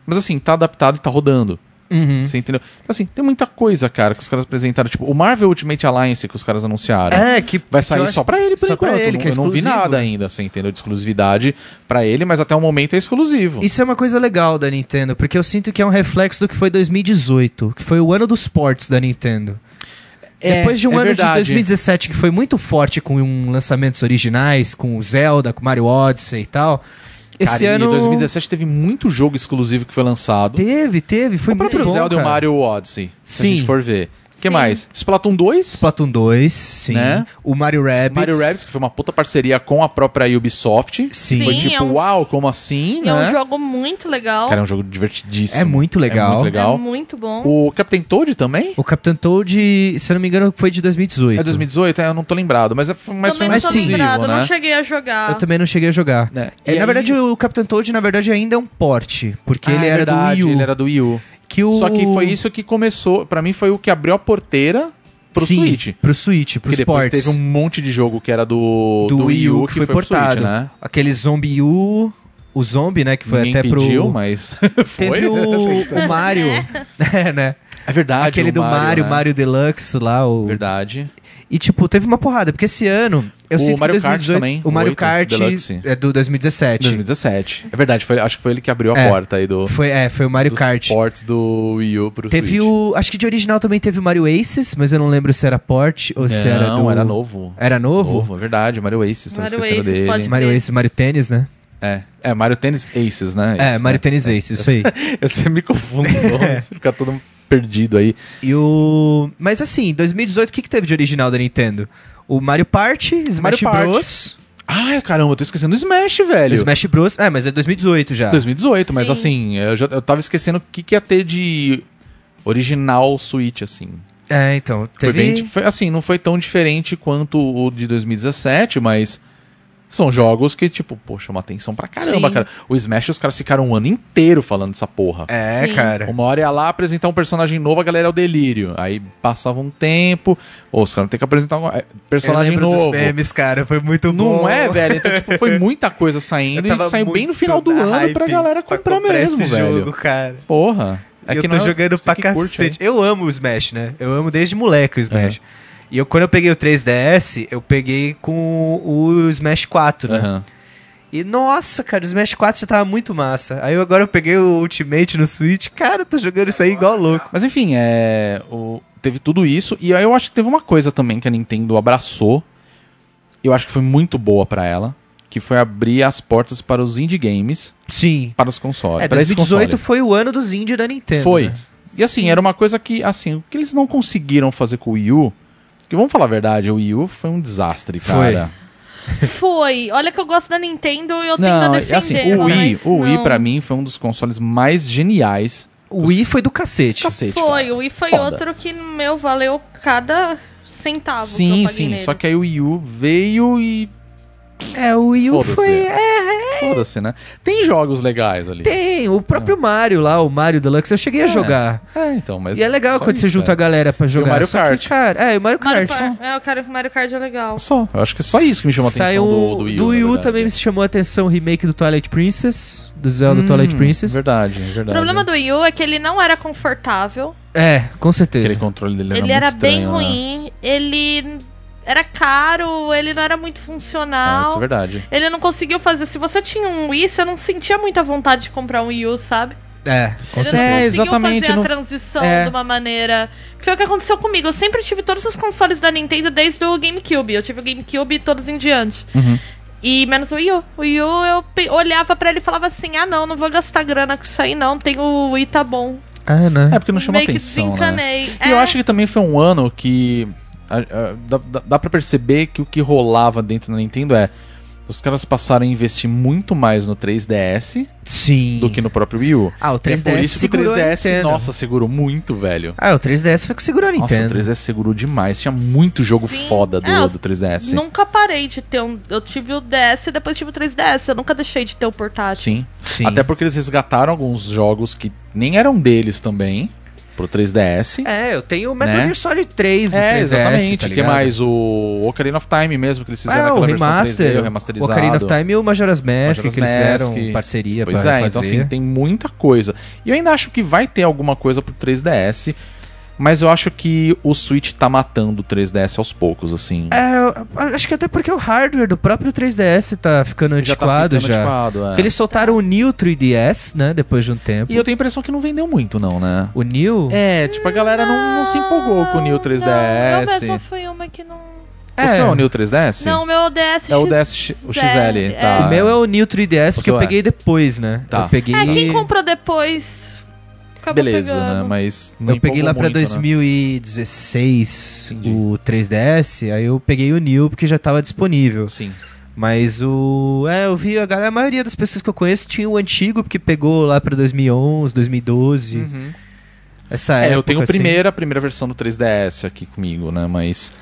[SPEAKER 5] Mas, assim, tá adaptado e tá rodando.
[SPEAKER 8] Uhum.
[SPEAKER 5] Você entendeu? Então, assim, tem muita coisa, cara, que os caras apresentaram. Tipo, o Marvel Ultimate Alliance que os caras anunciaram.
[SPEAKER 8] É, que
[SPEAKER 5] Vai sair
[SPEAKER 8] que eu
[SPEAKER 5] só
[SPEAKER 8] acho-
[SPEAKER 5] pra ele, por
[SPEAKER 8] só pra
[SPEAKER 5] enquanto.
[SPEAKER 8] ele, que é
[SPEAKER 5] eu não vi
[SPEAKER 8] exclusivo.
[SPEAKER 5] nada ainda, você entendeu? De exclusividade pra ele, mas até o momento é exclusivo.
[SPEAKER 8] Isso é uma coisa legal da Nintendo, porque eu sinto que é um reflexo do que foi 2018, que foi o ano dos ports da Nintendo.
[SPEAKER 5] É,
[SPEAKER 8] Depois de um
[SPEAKER 5] é
[SPEAKER 8] ano
[SPEAKER 5] verdade.
[SPEAKER 8] de 2017 que foi muito forte com um lançamentos originais, com o Zelda, com Mario Odyssey e tal,
[SPEAKER 5] Cara,
[SPEAKER 8] esse
[SPEAKER 5] e
[SPEAKER 8] ano
[SPEAKER 5] 2017 teve muito jogo exclusivo que foi lançado.
[SPEAKER 8] teve, teve, foi
[SPEAKER 5] o próprio
[SPEAKER 8] muito bom,
[SPEAKER 5] Zelda e o
[SPEAKER 8] cara.
[SPEAKER 5] Mario Odyssey. Se a
[SPEAKER 8] Sim.
[SPEAKER 5] gente for ver. O que
[SPEAKER 6] Sim.
[SPEAKER 5] mais? Splatoon 2?
[SPEAKER 8] Splatoon 2, sim.
[SPEAKER 5] Né?
[SPEAKER 8] O Mario Rabbids.
[SPEAKER 5] Mario Rabbids, que foi uma puta parceria com a própria Ubisoft.
[SPEAKER 8] Sim.
[SPEAKER 5] Foi
[SPEAKER 6] Sim,
[SPEAKER 5] tipo,
[SPEAKER 6] é um-
[SPEAKER 5] uau, como assim,
[SPEAKER 6] E é
[SPEAKER 5] né?
[SPEAKER 6] um jogo muito legal.
[SPEAKER 5] Cara, é um jogo divertidíssimo.
[SPEAKER 8] É muito legal.
[SPEAKER 5] É muito
[SPEAKER 6] É
[SPEAKER 5] legal.
[SPEAKER 6] muito bom.
[SPEAKER 5] O Captain Toad também?
[SPEAKER 8] O Capitão Toad, se eu não me engano, foi de 2018.
[SPEAKER 5] É 2018? É, eu não tô lembrado. Mas, é, mas foi
[SPEAKER 6] Também
[SPEAKER 5] um
[SPEAKER 6] não
[SPEAKER 8] mais
[SPEAKER 6] tô
[SPEAKER 5] exclusivo,
[SPEAKER 6] lembrado,
[SPEAKER 5] né?
[SPEAKER 6] não cheguei a jogar.
[SPEAKER 8] Eu também não cheguei a jogar.
[SPEAKER 5] É,
[SPEAKER 8] É,
[SPEAKER 5] e
[SPEAKER 8] na
[SPEAKER 5] aí-
[SPEAKER 8] verdade, o Capitão Toad, na verdade, ainda é um porte. Porque
[SPEAKER 5] Ah,
[SPEAKER 8] ele
[SPEAKER 5] é
[SPEAKER 8] era
[SPEAKER 5] verdade,
[SPEAKER 8] do Wii U.
[SPEAKER 5] Ele era do Wii U.
[SPEAKER 8] Que o...
[SPEAKER 5] Só que foi isso que começou, Pra mim foi o que abriu a porteira pro
[SPEAKER 8] Sim,
[SPEAKER 5] Switch. Que
[SPEAKER 8] Pro Switch, pros
[SPEAKER 5] depois
[SPEAKER 8] ports.
[SPEAKER 5] teve um monte de jogo que era do,
[SPEAKER 8] do, Wii U que, foi,
[SPEAKER 5] pro Switch,
[SPEAKER 8] portado.
[SPEAKER 5] né?
[SPEAKER 8] Aquele Zombie U, o Zombie, né, que foi
[SPEAKER 5] Ninguém
[SPEAKER 8] até pro...
[SPEAKER 5] pediu, mas foi.
[SPEAKER 8] Teve o, o Mario, é, né?
[SPEAKER 5] É verdade.
[SPEAKER 8] Aquele
[SPEAKER 5] o
[SPEAKER 8] do Mario,
[SPEAKER 5] né? É
[SPEAKER 8] Mario Deluxe lá, o...
[SPEAKER 5] Verdade.
[SPEAKER 8] E, tipo, teve uma porrada, porque esse ano... Eu
[SPEAKER 5] O
[SPEAKER 8] sinto que
[SPEAKER 5] Mario Kart
[SPEAKER 8] 2018
[SPEAKER 5] também,
[SPEAKER 8] O Mario
[SPEAKER 5] oito,
[SPEAKER 8] Kart
[SPEAKER 5] Deluxe.
[SPEAKER 8] é do 2017.
[SPEAKER 5] 2017. É verdade, foi- acho que foi ele que abriu a
[SPEAKER 8] É.
[SPEAKER 5] porta aí do
[SPEAKER 8] Foi, é, foi o Mario
[SPEAKER 5] dos
[SPEAKER 8] Kart.
[SPEAKER 5] ports do Wii U pro
[SPEAKER 8] Teve
[SPEAKER 5] Switch.
[SPEAKER 8] o... Acho que de original também teve o Mario Aces, mas eu não lembro se era port ou se era
[SPEAKER 5] Não,
[SPEAKER 8] do...
[SPEAKER 5] era novo.
[SPEAKER 8] Era novo?
[SPEAKER 5] Novo, é verdade. Mario Aces, tava
[SPEAKER 6] Mario
[SPEAKER 5] esquecendo
[SPEAKER 6] Aces,
[SPEAKER 5] dele.
[SPEAKER 6] pode-
[SPEAKER 8] Mario
[SPEAKER 6] Teve.
[SPEAKER 8] Aces, Mario Tênis, né?
[SPEAKER 5] É. é, Mario Tennis Aces, né?
[SPEAKER 8] É,
[SPEAKER 5] Aces,
[SPEAKER 8] Mario
[SPEAKER 5] né?
[SPEAKER 8] Tennis Aces, isso aí.
[SPEAKER 5] Eu sempre me confundo, os nomes, fica todo perdido aí.
[SPEAKER 8] E o... Mas assim, 2018, o que, que teve de original da Nintendo? O Mario Party, Smash
[SPEAKER 5] Mario Party.
[SPEAKER 8] Bros.
[SPEAKER 5] Ai, caramba, eu tô esquecendo do Smash, velho.
[SPEAKER 8] Smash Bros. É, mas é 2018 já.
[SPEAKER 5] 2018, mas
[SPEAKER 6] Sim.
[SPEAKER 5] assim, eu, já, eu tava esquecendo o que, que ia ter de original Switch, assim.
[SPEAKER 8] É, então.
[SPEAKER 5] Foi
[SPEAKER 8] Teve...
[SPEAKER 5] bem, di- foi, assim, não foi tão diferente quanto o de 2017, mas são jogos que, tipo, pô, chama atenção pra caramba,
[SPEAKER 8] Sim.
[SPEAKER 5] cara. O Smash, os caras ficaram um ano inteiro falando dessa porra.
[SPEAKER 8] É,
[SPEAKER 6] Sim.
[SPEAKER 8] cara.
[SPEAKER 5] Uma hora ia lá apresentar um personagem novo, a galera é o delírio. Aí passava um tempo, ô, os caras têm que apresentar um é, personagem
[SPEAKER 8] eu lembro
[SPEAKER 5] novo.
[SPEAKER 8] dos memes, cara. Foi muito
[SPEAKER 5] Não
[SPEAKER 8] bom.
[SPEAKER 5] é, velho? Então, tipo, foi muita coisa saindo
[SPEAKER 8] Eu tava
[SPEAKER 5] e saiu bem no
[SPEAKER 8] muito
[SPEAKER 5] final do
[SPEAKER 8] na
[SPEAKER 5] ano pra
[SPEAKER 8] hype
[SPEAKER 5] galera
[SPEAKER 8] pra
[SPEAKER 5] comprar, mesmo,
[SPEAKER 8] esse
[SPEAKER 5] velho.
[SPEAKER 8] jogo, cara.
[SPEAKER 5] Porra.
[SPEAKER 8] E eu tô
[SPEAKER 5] não é-
[SPEAKER 8] jogando
[SPEAKER 5] você
[SPEAKER 8] pra
[SPEAKER 5] que curte,
[SPEAKER 8] cacete. eu amo o Smash, né? Eu amo desde moleque o Smash. E eu, quando eu peguei o 3DS, eu peguei com o Smash 4,
[SPEAKER 5] né?
[SPEAKER 8] né?
[SPEAKER 5] Aham.
[SPEAKER 8] E nossa, cara, o Smash 4 já tava muito massa. Aí eu, agora eu peguei o Ultimate no Switch, cara, eu tô jogando isso aí igual louco.
[SPEAKER 5] Mas enfim, é, o- teve tudo isso. E aí eu acho que teve uma coisa também que a Nintendo abraçou. Eu acho que foi muito boa pra ela. Que foi abrir as portas para os indie games,
[SPEAKER 8] Sim.
[SPEAKER 5] para os consoles.
[SPEAKER 8] É,
[SPEAKER 5] para esse
[SPEAKER 8] 2018
[SPEAKER 5] console.
[SPEAKER 8] foi o ano dos indie da Nintendo.
[SPEAKER 5] foi.
[SPEAKER 8] né?
[SPEAKER 5] E assim, era uma coisa que, assim, o que eles não conseguiram fazer com o Wii U. Que vamos falar a verdade, o Wii U foi um desastre,
[SPEAKER 8] Foi.
[SPEAKER 5] cara.
[SPEAKER 6] Foi. Olha que eu gosto da Nintendo e eu
[SPEAKER 5] Não,
[SPEAKER 6] tento
[SPEAKER 5] é
[SPEAKER 6] defender.
[SPEAKER 5] assim, o Wii,
[SPEAKER 6] mas
[SPEAKER 5] o Wii
[SPEAKER 6] não.
[SPEAKER 5] pra mim foi um dos consoles mais geniais.
[SPEAKER 8] O Wii foi do cacete.
[SPEAKER 5] Cacete. cara.
[SPEAKER 6] Tipo, Foi, o Wii foi
[SPEAKER 5] Foda.
[SPEAKER 6] outro que, meu, valeu cada centavo que eu
[SPEAKER 5] Sim,
[SPEAKER 6] paguei
[SPEAKER 5] sim.
[SPEAKER 6] nele.
[SPEAKER 5] Só que aí o Wii U veio e.
[SPEAKER 8] É, o Wii U
[SPEAKER 5] Foda-se.
[SPEAKER 8] foi... É,
[SPEAKER 5] Foda-se, né? Tem jogos legais ali.
[SPEAKER 8] tem. O próprio Mario lá, o Mario Deluxe, eu cheguei a jogar.
[SPEAKER 5] É, então, mas.
[SPEAKER 8] E é legal
[SPEAKER 5] só
[SPEAKER 8] quando você
[SPEAKER 5] isso,
[SPEAKER 8] junta a
[SPEAKER 5] né?
[SPEAKER 8] galera pra jogar.
[SPEAKER 5] Mario
[SPEAKER 8] Só
[SPEAKER 5] Kart.
[SPEAKER 8] Que, cara, é, e o Mario Kart.
[SPEAKER 6] Mario Kart. É, eu quero que o Mario Kart é legal.
[SPEAKER 5] Só. Eu acho que é só isso que me chamou a atenção
[SPEAKER 8] Saiu
[SPEAKER 5] do, do Wii U. na verdade. né?
[SPEAKER 8] também me chamou a atenção o remake do Twilight Princess, do Zelda
[SPEAKER 5] Hum,
[SPEAKER 8] Twilight Princess.
[SPEAKER 5] Verdade, verdade.
[SPEAKER 6] O problema do Wii U é que ele não era confortável,
[SPEAKER 8] É, com certeza.
[SPEAKER 5] Aquele controle dele
[SPEAKER 6] ele
[SPEAKER 5] era,
[SPEAKER 6] era
[SPEAKER 5] muito
[SPEAKER 6] bem
[SPEAKER 5] estranho, né?
[SPEAKER 6] ruim, ele era caro, ele não era muito
[SPEAKER 5] Ah, isso é
[SPEAKER 6] funcional.
[SPEAKER 5] verdade.
[SPEAKER 6] ele não conseguiu fazer. Se você tinha um Wii, você não sentia muita vontade de comprar um Wii U, sabe?
[SPEAKER 8] É, com
[SPEAKER 6] ele
[SPEAKER 8] certeza.
[SPEAKER 5] certeza.
[SPEAKER 6] não
[SPEAKER 5] É,
[SPEAKER 6] conseguiu
[SPEAKER 5] exatamente,
[SPEAKER 6] fazer
[SPEAKER 5] não-
[SPEAKER 6] a transição
[SPEAKER 5] É.
[SPEAKER 6] de uma maneira. Que foi o que aconteceu comigo. Eu sempre tive todos os consoles da Nintendo desde o GameCube. Eu tive o GameCube e todos em diante.
[SPEAKER 5] Uhum.
[SPEAKER 6] E menos o Wii U. O Wii U, eu pe- olhava pra ele e falava assim: ah, não, não vou gastar grana com isso aí, não. Tem o Wii, tá bom.
[SPEAKER 8] Ah, né?
[SPEAKER 5] É porque não chama
[SPEAKER 6] Meio que
[SPEAKER 5] atenção. Né?
[SPEAKER 6] desencanei.
[SPEAKER 8] É.
[SPEAKER 6] É,
[SPEAKER 5] E eu acho que também foi um ano que. a- a- dá, dá- dá pra perceber que o que rolava dentro da Nintendo é. Os caras passaram a investir muito mais no 3DS
[SPEAKER 8] Sim.
[SPEAKER 5] do que no próprio Wii U.
[SPEAKER 8] Ah, o 3DS
[SPEAKER 5] é por isso que o
[SPEAKER 8] segurou a
[SPEAKER 5] 3DS,
[SPEAKER 8] Nintendo.
[SPEAKER 5] nossa, segurou muito, velho.
[SPEAKER 8] Ah, o 3DS foi que segurou a
[SPEAKER 5] Nossa, o
[SPEAKER 8] Nintendo.
[SPEAKER 5] 3DS segurou demais. Tinha muito jogo
[SPEAKER 6] Sim.
[SPEAKER 5] foda do,
[SPEAKER 6] É, os-
[SPEAKER 5] do 3DS.
[SPEAKER 6] Nunca parei de ter um. Eu tive o DS e depois tive o 3DS. Eu nunca deixei de ter o portátil.
[SPEAKER 5] Sim.
[SPEAKER 8] Sim.
[SPEAKER 5] Até porque eles resgataram alguns jogos que nem eram deles também. pro 3DS.
[SPEAKER 8] É, eu tenho o Metal
[SPEAKER 5] Né?
[SPEAKER 8] Gear Solid 3 no 3DS,
[SPEAKER 5] É, exatamente.
[SPEAKER 8] tá
[SPEAKER 5] O que
[SPEAKER 8] ligado?
[SPEAKER 5] mais? O Ocarina of Time mesmo, que eles fizeram
[SPEAKER 8] Ah, o
[SPEAKER 5] aquela versão 3D, o
[SPEAKER 8] remaster, o
[SPEAKER 5] remasterizado.
[SPEAKER 8] Ocarina of Time e o Majora's Mask,
[SPEAKER 5] Majora's
[SPEAKER 8] que eles fizeram
[SPEAKER 5] Mask.
[SPEAKER 8] parceria
[SPEAKER 5] Pois
[SPEAKER 8] pra
[SPEAKER 5] é,
[SPEAKER 8] fazer.
[SPEAKER 5] então assim, tem muita coisa. E eu ainda acho que vai ter alguma coisa pro 3DS, mas eu acho que o Switch tá matando o 3DS aos poucos, assim.
[SPEAKER 8] É, eu- acho que até porque o hardware do próprio 3DS tá ficando
[SPEAKER 5] Ele
[SPEAKER 8] antiquado já.
[SPEAKER 5] ficando antiquado, é.
[SPEAKER 8] Porque eles soltaram o New 3DS, né, depois de um tempo.
[SPEAKER 5] E eu tenho a impressão que não vendeu muito, não, né?
[SPEAKER 8] O New...
[SPEAKER 5] É, tipo, a galera não, não se empolgou com o New 3DS.
[SPEAKER 6] Não, eu
[SPEAKER 8] É,
[SPEAKER 6] mesma fui uma que não.
[SPEAKER 5] O seu é o New 3DS?
[SPEAKER 6] Não, meu DS
[SPEAKER 5] É o DS, o XL, tá.
[SPEAKER 8] O meu é o New 3DS, porque
[SPEAKER 5] seu
[SPEAKER 8] eu
[SPEAKER 5] é?
[SPEAKER 8] peguei depois, né?
[SPEAKER 5] Tá.
[SPEAKER 8] Eu peguei...
[SPEAKER 6] É, quem comprou depois. Acabou
[SPEAKER 5] Beleza,
[SPEAKER 6] pegando.
[SPEAKER 5] né? Mas não
[SPEAKER 8] Eu peguei
[SPEAKER 5] empolgou
[SPEAKER 8] lá pra
[SPEAKER 5] muito, né?
[SPEAKER 8] 2016
[SPEAKER 5] Entendi.
[SPEAKER 8] o 3DS, aí eu peguei o New porque já tava disponível.
[SPEAKER 5] Sim.
[SPEAKER 8] Mas o. É, eu vi a galera, a maioria das pessoas que eu conheço tinha o antigo, porque pegou lá pra 2011, 2012.
[SPEAKER 6] Uhum.
[SPEAKER 8] Essa
[SPEAKER 5] Uhum. É,
[SPEAKER 8] época.
[SPEAKER 5] eu tenho o
[SPEAKER 8] assim.
[SPEAKER 5] primeiro, a primeira versão do 3DS aqui comigo, né? Mas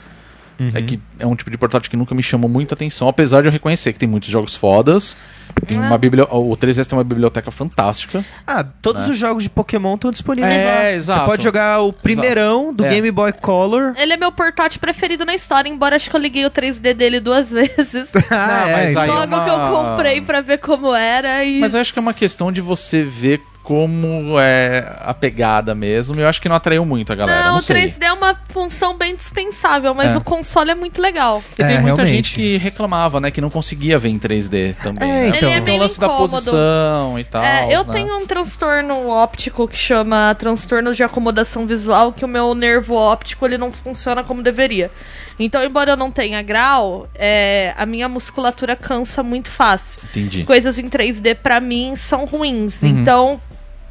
[SPEAKER 8] Uhum.
[SPEAKER 5] é que é um tipo de portátil que nunca me chamou muita atenção, apesar de eu reconhecer que tem muitos jogos fodas. Tem
[SPEAKER 6] Ah.
[SPEAKER 5] uma bibli... O 3DS tem uma biblioteca fantástica.
[SPEAKER 8] Ah, todos
[SPEAKER 5] né?
[SPEAKER 8] os jogos de Pokémon estão disponíveis
[SPEAKER 5] É,
[SPEAKER 8] lá.
[SPEAKER 5] exato.
[SPEAKER 8] Você pode jogar o primeirão do
[SPEAKER 5] É.
[SPEAKER 8] Game Boy Color.
[SPEAKER 6] Ele é meu portátil preferido na história, embora acho que eu liguei o 3D dele duas vezes.
[SPEAKER 8] Ah,
[SPEAKER 5] mas Tá aí-
[SPEAKER 6] Logo
[SPEAKER 5] uma-
[SPEAKER 6] que eu comprei pra ver como era e.
[SPEAKER 5] Mas eu acho que é uma questão de você ver como é a pegada mesmo. Eu acho que não atraiu muito a galera, não,
[SPEAKER 6] não, o
[SPEAKER 5] sei.
[SPEAKER 6] 3D é uma função bem dispensável, mas
[SPEAKER 5] É.
[SPEAKER 6] o console é muito legal.
[SPEAKER 5] E tem
[SPEAKER 8] É,
[SPEAKER 5] muita
[SPEAKER 8] realmente.
[SPEAKER 5] gente que reclamava, né? Que não conseguia ver em 3D também.
[SPEAKER 8] É,
[SPEAKER 5] né?
[SPEAKER 8] então. Ele é
[SPEAKER 5] Tem
[SPEAKER 6] bem
[SPEAKER 5] o lance
[SPEAKER 6] incômodo.
[SPEAKER 5] da posição e tal.
[SPEAKER 6] É, eu
[SPEAKER 5] né?
[SPEAKER 6] tenho um transtorno óptico que chama transtorno de acomodação visual, que o meu nervo óptico ele não funciona como deveria. Então, embora eu não tenha grau, é, a minha musculatura cansa muito fácil.
[SPEAKER 5] Entendi.
[SPEAKER 6] Coisas em 3D pra mim são ruins.
[SPEAKER 5] Uhum.
[SPEAKER 6] Então,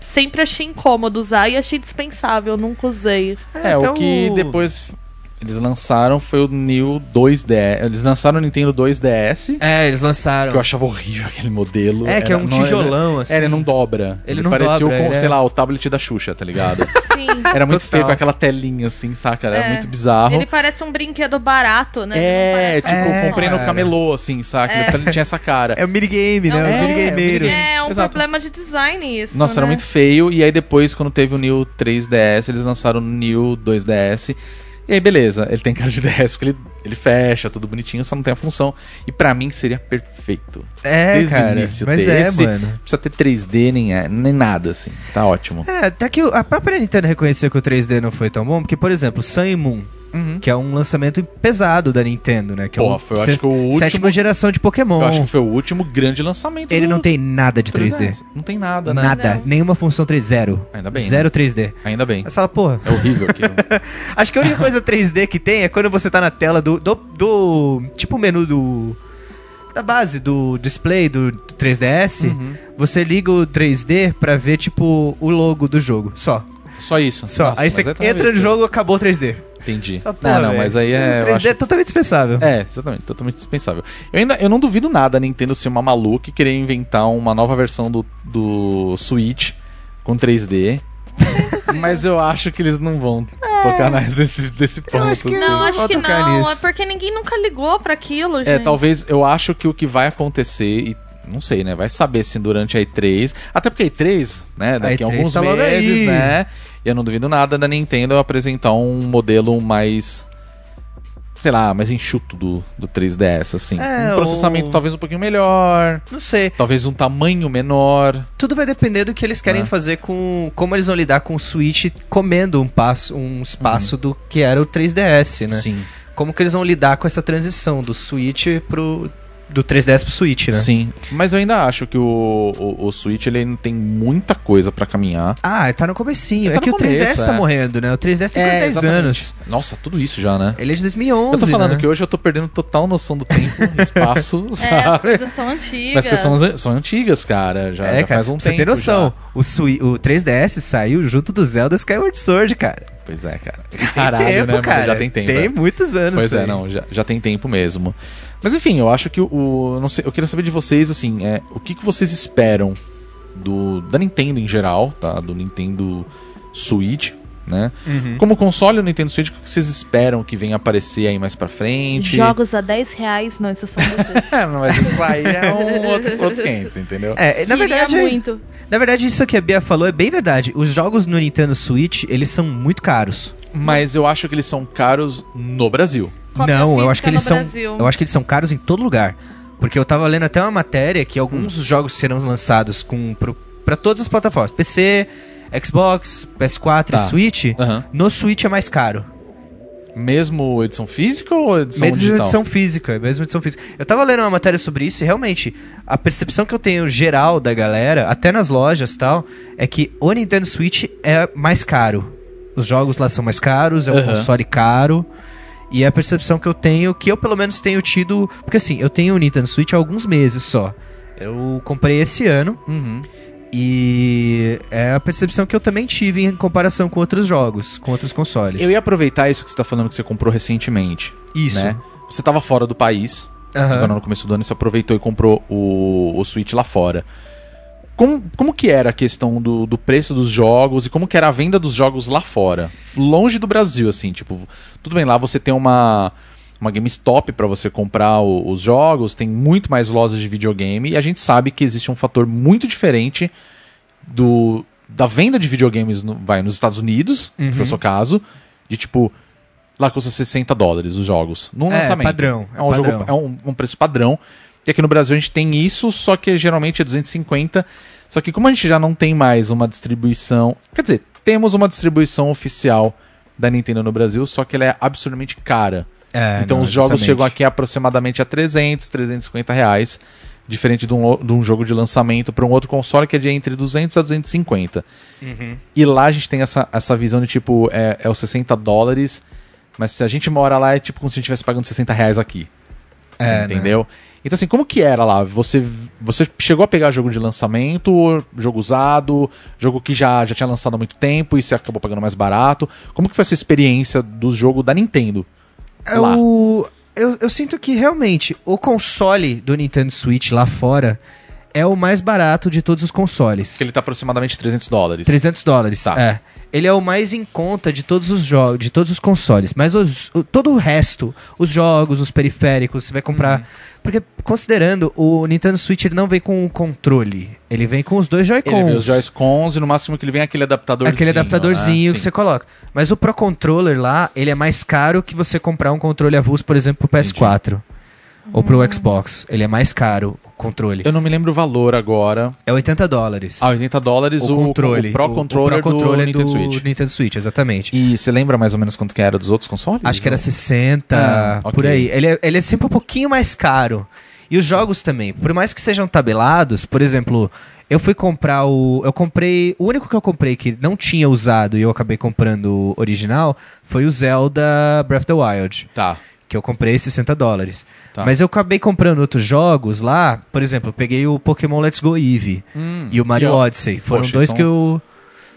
[SPEAKER 6] sempre achei incômodo usar e achei dispensável, nunca usei.
[SPEAKER 5] É, o
[SPEAKER 8] Então-
[SPEAKER 5] que depois eles lançaram foi o New 2DS. Eles lançaram o Nintendo 2DS,
[SPEAKER 8] É, eles lançaram.
[SPEAKER 5] que eu achava horrível aquele modelo.
[SPEAKER 8] É, que é um
[SPEAKER 5] não-
[SPEAKER 8] tijolão, assim.
[SPEAKER 5] É, ele não dobra.
[SPEAKER 8] Ele não
[SPEAKER 5] parecia
[SPEAKER 8] dobra,
[SPEAKER 5] com,
[SPEAKER 8] ele
[SPEAKER 5] sei
[SPEAKER 8] é-
[SPEAKER 5] lá, o tablet da Xuxa, tá ligado?
[SPEAKER 6] Sim.
[SPEAKER 5] Era muito
[SPEAKER 8] Total.
[SPEAKER 5] feio com aquela telinha assim, saca? Era
[SPEAKER 6] É.
[SPEAKER 5] muito bizarro.
[SPEAKER 6] Ele parece um brinquedo barato, né?
[SPEAKER 5] É,
[SPEAKER 6] Ele não
[SPEAKER 5] tipo,
[SPEAKER 6] parece um
[SPEAKER 5] eu comprei no
[SPEAKER 8] cara.
[SPEAKER 5] camelô, assim, saca? Ele tinha essa cara.
[SPEAKER 8] É o minigame,
[SPEAKER 6] É um
[SPEAKER 8] né?
[SPEAKER 5] é,
[SPEAKER 8] o minigameiro.
[SPEAKER 5] minigame.
[SPEAKER 6] É, é um
[SPEAKER 5] Exato.
[SPEAKER 6] problema de design isso.
[SPEAKER 5] Nossa,
[SPEAKER 6] né?
[SPEAKER 5] era muito feio. E aí depois, quando teve o New 3DS, eles lançaram o New 2DS. E aí, beleza, ele tem cara de DS, porque ele, ele fecha, tudo bonitinho, só não tem a função. E pra mim seria perfeito.
[SPEAKER 8] É,
[SPEAKER 5] Desde o
[SPEAKER 8] cara.
[SPEAKER 5] início
[SPEAKER 8] Mas
[SPEAKER 5] desse,
[SPEAKER 8] é, mano.
[SPEAKER 5] Não precisa ter 3D nem, é- nem nada, assim. Tá ótimo.
[SPEAKER 8] É, até que a própria Nintendo reconheceu que o 3D não foi tão bom, porque, por exemplo, Sun e Moon,
[SPEAKER 5] Uhum.
[SPEAKER 8] que é um lançamento pesado da Nintendo, né? Que é
[SPEAKER 5] Pô,
[SPEAKER 8] um
[SPEAKER 5] foi- eu
[SPEAKER 8] se-
[SPEAKER 5] acho que o último-
[SPEAKER 8] sétima geração de Pokémon.
[SPEAKER 5] Eu acho que foi o último grande lançamento.
[SPEAKER 8] Ele
[SPEAKER 5] do
[SPEAKER 8] não tem nada de 3D.
[SPEAKER 5] 3DS. Não tem nada, né?
[SPEAKER 8] Nada.
[SPEAKER 6] Não.
[SPEAKER 8] Nenhuma função 3 zero.
[SPEAKER 5] Ainda bem, né?
[SPEAKER 8] Zero 3D.
[SPEAKER 5] Ainda bem.
[SPEAKER 8] Aí você fala, porra.
[SPEAKER 5] É horrível aquilo.
[SPEAKER 8] Acho que a única coisa 3D que tem é quando você tá na tela do. do, do- tipo o menu do. Da base do display do 3DS,
[SPEAKER 5] Uhum.
[SPEAKER 8] você liga o 3D pra ver, tipo, o logo do jogo. Só.
[SPEAKER 5] Só isso.
[SPEAKER 8] Só.
[SPEAKER 5] Nossa,
[SPEAKER 8] aí
[SPEAKER 5] mas
[SPEAKER 8] você
[SPEAKER 5] é tão
[SPEAKER 8] entra no
[SPEAKER 5] besta.
[SPEAKER 8] jogo acabou o 3D.
[SPEAKER 5] Entendi.
[SPEAKER 8] Essa porra,
[SPEAKER 5] não, não,
[SPEAKER 8] velho.
[SPEAKER 5] mas aí é. eu
[SPEAKER 8] 3D
[SPEAKER 5] acho
[SPEAKER 8] é totalmente dispensável.
[SPEAKER 5] É, exatamente, totalmente dispensável. Eu ainda eu não duvido nada a Nintendo ser uma maluca e querer inventar uma nova versão do, do Switch com 3D. Mas eu acho que eles não vão tocar mais desse, desse ponto. assim.
[SPEAKER 6] Não, É. acho
[SPEAKER 8] Vou
[SPEAKER 6] que
[SPEAKER 8] tocar
[SPEAKER 6] não.
[SPEAKER 8] nisso.
[SPEAKER 6] É porque ninguém nunca ligou pra aquilo, gente.
[SPEAKER 5] É, talvez eu acho que o que vai acontecer e não sei, né? Vai saber se durante a E3, até porque a E3, né, daqui a,
[SPEAKER 8] E3
[SPEAKER 5] alguns
[SPEAKER 8] tá logo
[SPEAKER 5] meses,
[SPEAKER 8] aí.
[SPEAKER 5] né? E eu não duvido nada da Nintendo apresentar um modelo mais sei lá, mais enxuto do, do 3DS assim.
[SPEAKER 8] É,
[SPEAKER 5] um processamento
[SPEAKER 8] ou-
[SPEAKER 5] talvez um pouquinho melhor,
[SPEAKER 8] Não sei.
[SPEAKER 5] talvez um tamanho menor.
[SPEAKER 8] Tudo vai depender do que eles querem
[SPEAKER 5] É.
[SPEAKER 8] fazer com. Como eles vão lidar com o Switch comendo um passo, um espaço do que era o 3DS, né?
[SPEAKER 5] Uhum. Sim.
[SPEAKER 8] Como que eles vão lidar com essa transição do Switch pro. Do 3DS pro Switch, né?
[SPEAKER 5] Sim. Mas eu ainda acho que o, o, o Switch ele ainda tem muita coisa pra caminhar.
[SPEAKER 8] Ah, tá no comecinho.
[SPEAKER 5] Tá
[SPEAKER 8] é
[SPEAKER 5] no
[SPEAKER 8] que
[SPEAKER 5] começo,
[SPEAKER 8] o 3DS tá
[SPEAKER 5] é.
[SPEAKER 8] morrendo, né? O 3DS tem quase 10
[SPEAKER 5] exatamente.
[SPEAKER 8] anos.
[SPEAKER 5] Nossa, tudo isso já, né?
[SPEAKER 8] Ele é de 2011.
[SPEAKER 5] Eu tô falando
[SPEAKER 8] né?
[SPEAKER 5] que hoje eu tô perdendo total noção do tempo, espaço,
[SPEAKER 6] É, as
[SPEAKER 5] sabe?
[SPEAKER 6] coisas são antigas.
[SPEAKER 5] Mas que são, são antigas, cara. Já,
[SPEAKER 8] É,
[SPEAKER 5] já
[SPEAKER 8] cara,
[SPEAKER 5] faz um
[SPEAKER 8] pra você
[SPEAKER 5] tempo.
[SPEAKER 8] ter noção, o, Sui- o 3DS saiu junto do Zelda Skyward Sword, cara.
[SPEAKER 5] já. Pois é, cara.
[SPEAKER 8] Tem
[SPEAKER 5] Caralho, né? mano? Já tem tempo.
[SPEAKER 8] Tem
[SPEAKER 5] é.
[SPEAKER 8] muitos anos.
[SPEAKER 5] Pois
[SPEAKER 8] isso
[SPEAKER 5] é,
[SPEAKER 8] aí.
[SPEAKER 5] não, já, já tem tempo mesmo. Mas enfim, eu acho que o- o. Não sei, eu queria saber de vocês, assim, é, o que, que vocês esperam do da Nintendo em geral, tá? Do Nintendo Switch, né? Como console, o Nintendo Switch, o que vocês esperam que venha aparecer aí mais pra frente?
[SPEAKER 6] Jogos a 10 reais, não, isso são desejo.
[SPEAKER 5] É, mas isso aí é um outros, outros 500, entendeu?
[SPEAKER 8] É, na
[SPEAKER 6] Queria
[SPEAKER 8] verdade,
[SPEAKER 6] muito.
[SPEAKER 8] na verdade, isso que a Bia falou é bem verdade. Os jogos no Nintendo Switch, eles são muito caros.
[SPEAKER 5] Mas eu acho que eles são caros no Brasil.
[SPEAKER 6] Cópia
[SPEAKER 8] não, eu
[SPEAKER 6] física
[SPEAKER 8] acho que eles
[SPEAKER 6] no
[SPEAKER 8] são,
[SPEAKER 6] Brasil.
[SPEAKER 8] eu acho que eles são caros em todo lugar. Porque eu tava lendo até uma matéria que alguns
[SPEAKER 6] Hum.
[SPEAKER 8] jogos serão lançados com pro- pra todas as plataformas, PC, Xbox, PS4
[SPEAKER 5] Tá.
[SPEAKER 8] e Switch.
[SPEAKER 5] Aham.
[SPEAKER 8] No Switch é mais caro.
[SPEAKER 5] Mesmo edição física ou edição
[SPEAKER 8] mesmo
[SPEAKER 5] digital?
[SPEAKER 8] edição física, mesmo edição física. Eu tava lendo uma matéria sobre isso e realmente a percepção que eu tenho geral da galera, até nas lojas e tal, é que o Nintendo Switch é mais caro. Os jogos lá são mais caros, é um
[SPEAKER 5] Aham.
[SPEAKER 8] console caro. E é a percepção que eu tenho, que eu pelo menos tenho tido, porque assim, eu tenho o Nintendo Switch há alguns meses só. Eu comprei esse ano
[SPEAKER 5] Uhum.
[SPEAKER 8] e é a percepção que eu também tive em comparação com outros jogos, com outros consoles.
[SPEAKER 5] Eu ia aproveitar isso que você tá falando que você comprou recentemente.
[SPEAKER 8] Isso.
[SPEAKER 5] né? Então, Você tava fora do país,
[SPEAKER 8] Aham.
[SPEAKER 5] agora no começo do ano, você aproveitou e comprou o, o Switch lá fora. Como, como que era a questão do, do preço dos jogos e como que era a venda dos jogos lá fora? Longe do Brasil, assim, tipo, tudo bem, lá você tem uma, uma GameStop pra você comprar o- os jogos, tem muito mais lojas de videogame e a gente sabe que existe um fator muito diferente do da venda de videogames no- vai nos Estados Unidos, que
[SPEAKER 8] Uhum.
[SPEAKER 5] foi o seu caso, de tipo lá custa 60 dólares os jogos num
[SPEAKER 8] É,
[SPEAKER 5] lançamento.
[SPEAKER 8] padrão,
[SPEAKER 5] É um
[SPEAKER 8] é
[SPEAKER 5] jogo-
[SPEAKER 8] padrão.
[SPEAKER 5] é um, um preço padrão. E aqui no Brasil a gente tem isso, só que geralmente é 250. Só que como a gente já não tem mais uma distribuição, quer dizer, temos uma distribuição oficial da Nintendo no Brasil, só que ela é absurdamente cara.
[SPEAKER 8] É,
[SPEAKER 5] então
[SPEAKER 8] não,
[SPEAKER 5] os jogos
[SPEAKER 8] exatamente.
[SPEAKER 5] chegam aqui aproximadamente a 300, 350 reais. Diferente de um, o- de um jogo de lançamento para um outro console que é de entre 200 a 250.
[SPEAKER 8] Uhum.
[SPEAKER 5] E lá a gente tem essa, essa visão de tipo, é, é os 60 dólares, mas se a gente mora lá é tipo como se a gente estivesse pagando 60 reais aqui. Você
[SPEAKER 8] É, né?
[SPEAKER 5] entendeu? Então assim, como que era lá? Você, você chegou a pegar jogo de lançamento, jogo usado, jogo que já, já tinha lançado há muito tempo e você acabou pagando mais barato. Como que foi essa experiência do jogo da Nintendo? lá.
[SPEAKER 8] Eu, eu, eu sinto que realmente o console do Nintendo Switch lá fora é o mais barato de todos os consoles.
[SPEAKER 5] Que ele tá aproximadamente 300 dólares.
[SPEAKER 8] 300 dólares.
[SPEAKER 5] Tá.
[SPEAKER 8] É. Ele é o mais em conta de todos os jogos, de todos os consoles. Mas os- o- todo o resto, os jogos, os periféricos, você vai
[SPEAKER 5] Uhum.
[SPEAKER 8] comprar. Porque, considerando, o Nintendo Switch ele não vem com o controle. Ele vem com os dois Joy-Cons.
[SPEAKER 5] Ele vem os Joy-Cons e no máximo que ele vem é aquele adaptadorzinho.
[SPEAKER 8] Aquele adaptadorzinho
[SPEAKER 5] né?
[SPEAKER 8] que
[SPEAKER 5] Sim.
[SPEAKER 8] você coloca. Mas o Pro Controller lá, ele é mais caro que você comprar um controle avulso, por exemplo, pro PS4. Ou pro Xbox. Ele é mais caro, o controle.
[SPEAKER 5] Eu não me lembro o valor agora.
[SPEAKER 8] É 80 dólares.
[SPEAKER 5] Ah, 80 dólares o, o Pro Controller
[SPEAKER 8] Pro Controller
[SPEAKER 5] do, Nintendo Switch.
[SPEAKER 8] Nintendo Switch, exatamente.
[SPEAKER 5] E você lembra mais ou menos quanto que era dos outros consoles?
[SPEAKER 8] Acho que era
[SPEAKER 5] Ou-
[SPEAKER 8] 60,
[SPEAKER 5] Ah, ok.
[SPEAKER 8] por aí. Ele é, ele é sempre um pouquinho mais caro. E os jogos também, por mais que sejam tabelados, por exemplo, eu fui comprar o. Eu comprei. O único que eu comprei que não tinha usado e eu acabei comprando o original foi o Zelda Breath of the Wild.
[SPEAKER 5] Tá.
[SPEAKER 8] Que eu comprei 60 dólares.
[SPEAKER 5] Tá.
[SPEAKER 8] Mas eu acabei comprando outros jogos lá. Por exemplo, eu peguei o Pokémon Let's Go Eevee e o Mario
[SPEAKER 5] Hum, e, ó,
[SPEAKER 8] Odyssey. Foram
[SPEAKER 5] poxa,
[SPEAKER 8] dois
[SPEAKER 5] são-
[SPEAKER 8] que eu.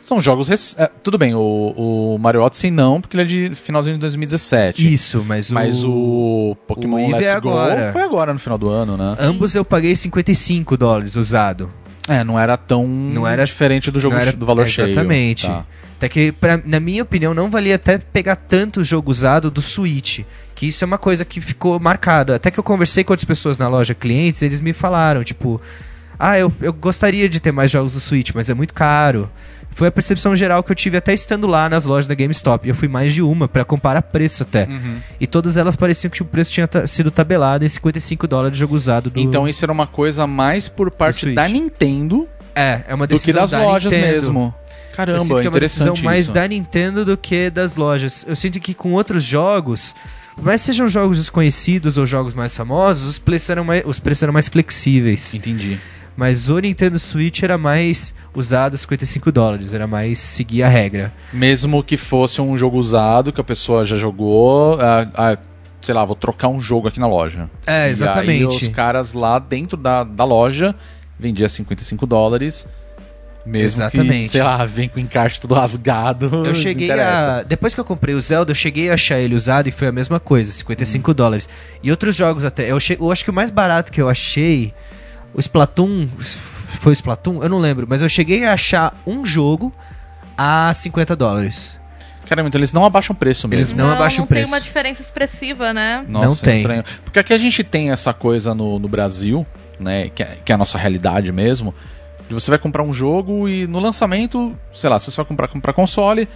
[SPEAKER 5] São jogos. rec- é, tudo bem, o, o Mario Odyssey não, porque ele é de finalzinho de 2017.
[SPEAKER 8] Isso, mas o.
[SPEAKER 5] Mas o
[SPEAKER 8] o
[SPEAKER 5] Pokémon
[SPEAKER 8] Eevee
[SPEAKER 5] Let's
[SPEAKER 8] é
[SPEAKER 5] Go
[SPEAKER 8] agora.
[SPEAKER 5] foi agora no final do ano, né?
[SPEAKER 8] Ambos eu paguei 55 dólares usado.
[SPEAKER 5] É, não era tão
[SPEAKER 8] Não era-
[SPEAKER 5] diferente do jogo
[SPEAKER 8] Não era- é,
[SPEAKER 5] do valor
[SPEAKER 8] Exatamente.
[SPEAKER 5] cheio. Tá.
[SPEAKER 8] Até que, pra- na minha opinião, não valia até pegar tanto jogo usado do Switch. Que isso é uma coisa que ficou marcada. Até que eu conversei com outras pessoas na loja, clientes, eles me falaram, tipo... Ah, eu, eu gostaria de ter mais jogos do Switch, mas é muito caro. Foi a percepção geral que eu tive até estando lá nas lojas da GameStop. Eu fui mais de uma pra comparar preço até.
[SPEAKER 5] Uhum.
[SPEAKER 8] E todas elas pareciam que o preço tinha ta- sido tabelado em 55 dólares de jogo usado do
[SPEAKER 5] Então isso era uma coisa mais por parte
[SPEAKER 8] Switch.
[SPEAKER 5] da Nintendo
[SPEAKER 8] é, é uma
[SPEAKER 5] do que
[SPEAKER 8] decisão
[SPEAKER 5] das
[SPEAKER 8] da
[SPEAKER 5] lojas
[SPEAKER 8] Nintendo.
[SPEAKER 5] mesmo.
[SPEAKER 8] Eu sinto
[SPEAKER 5] Caramba,
[SPEAKER 8] que é uma decisão
[SPEAKER 5] interessante
[SPEAKER 8] mais
[SPEAKER 5] isso.
[SPEAKER 8] da Nintendo do que das lojas. Eu sinto que com outros jogos, por mais que sejam jogos desconhecidos ou jogos mais famosos, os preços eram mais, os preços eram mais flexíveis.
[SPEAKER 5] Entendi.
[SPEAKER 8] Mas o Nintendo Switch era mais usado a 55 dólares, era mais seguir a regra.
[SPEAKER 5] Mesmo que fosse um jogo usado, que a pessoa já jogou, ah, ah, sei lá, vou trocar um jogo aqui na loja.
[SPEAKER 8] É,
[SPEAKER 5] E aí
[SPEAKER 8] exatamente.
[SPEAKER 5] os caras lá dentro da, da loja vendia 55 dólares. Mesmo que,
[SPEAKER 8] Exatamente.
[SPEAKER 5] sei lá, vem com o encaixe todo rasgado. não
[SPEAKER 8] Eu
[SPEAKER 5] Hum,
[SPEAKER 8] cheguei
[SPEAKER 5] interessa.
[SPEAKER 8] a. Depois que eu comprei o Zelda, eu cheguei a achar ele usado e foi a mesma coisa, 55
[SPEAKER 5] Hum.
[SPEAKER 8] dólares. E outros jogos até. Eu, che- eu acho que o mais barato que eu achei. O Splatoon. Foi o Splatoon? Eu não lembro, mas eu cheguei a achar um jogo a 50 dólares.
[SPEAKER 5] cara, muito. então Eles não abaixam o preço mesmo.
[SPEAKER 8] Eles não abaixam o
[SPEAKER 6] tem
[SPEAKER 8] preço.
[SPEAKER 6] uma diferença expressiva, né?
[SPEAKER 5] Nossa,
[SPEAKER 8] Não tem.
[SPEAKER 5] estranho. Porque aqui a gente tem essa coisa no, no Brasil, né? Que é, que é a nossa realidade mesmo. De você vai comprar um jogo e no lançamento, sei lá, se você vai comprar, comprar console,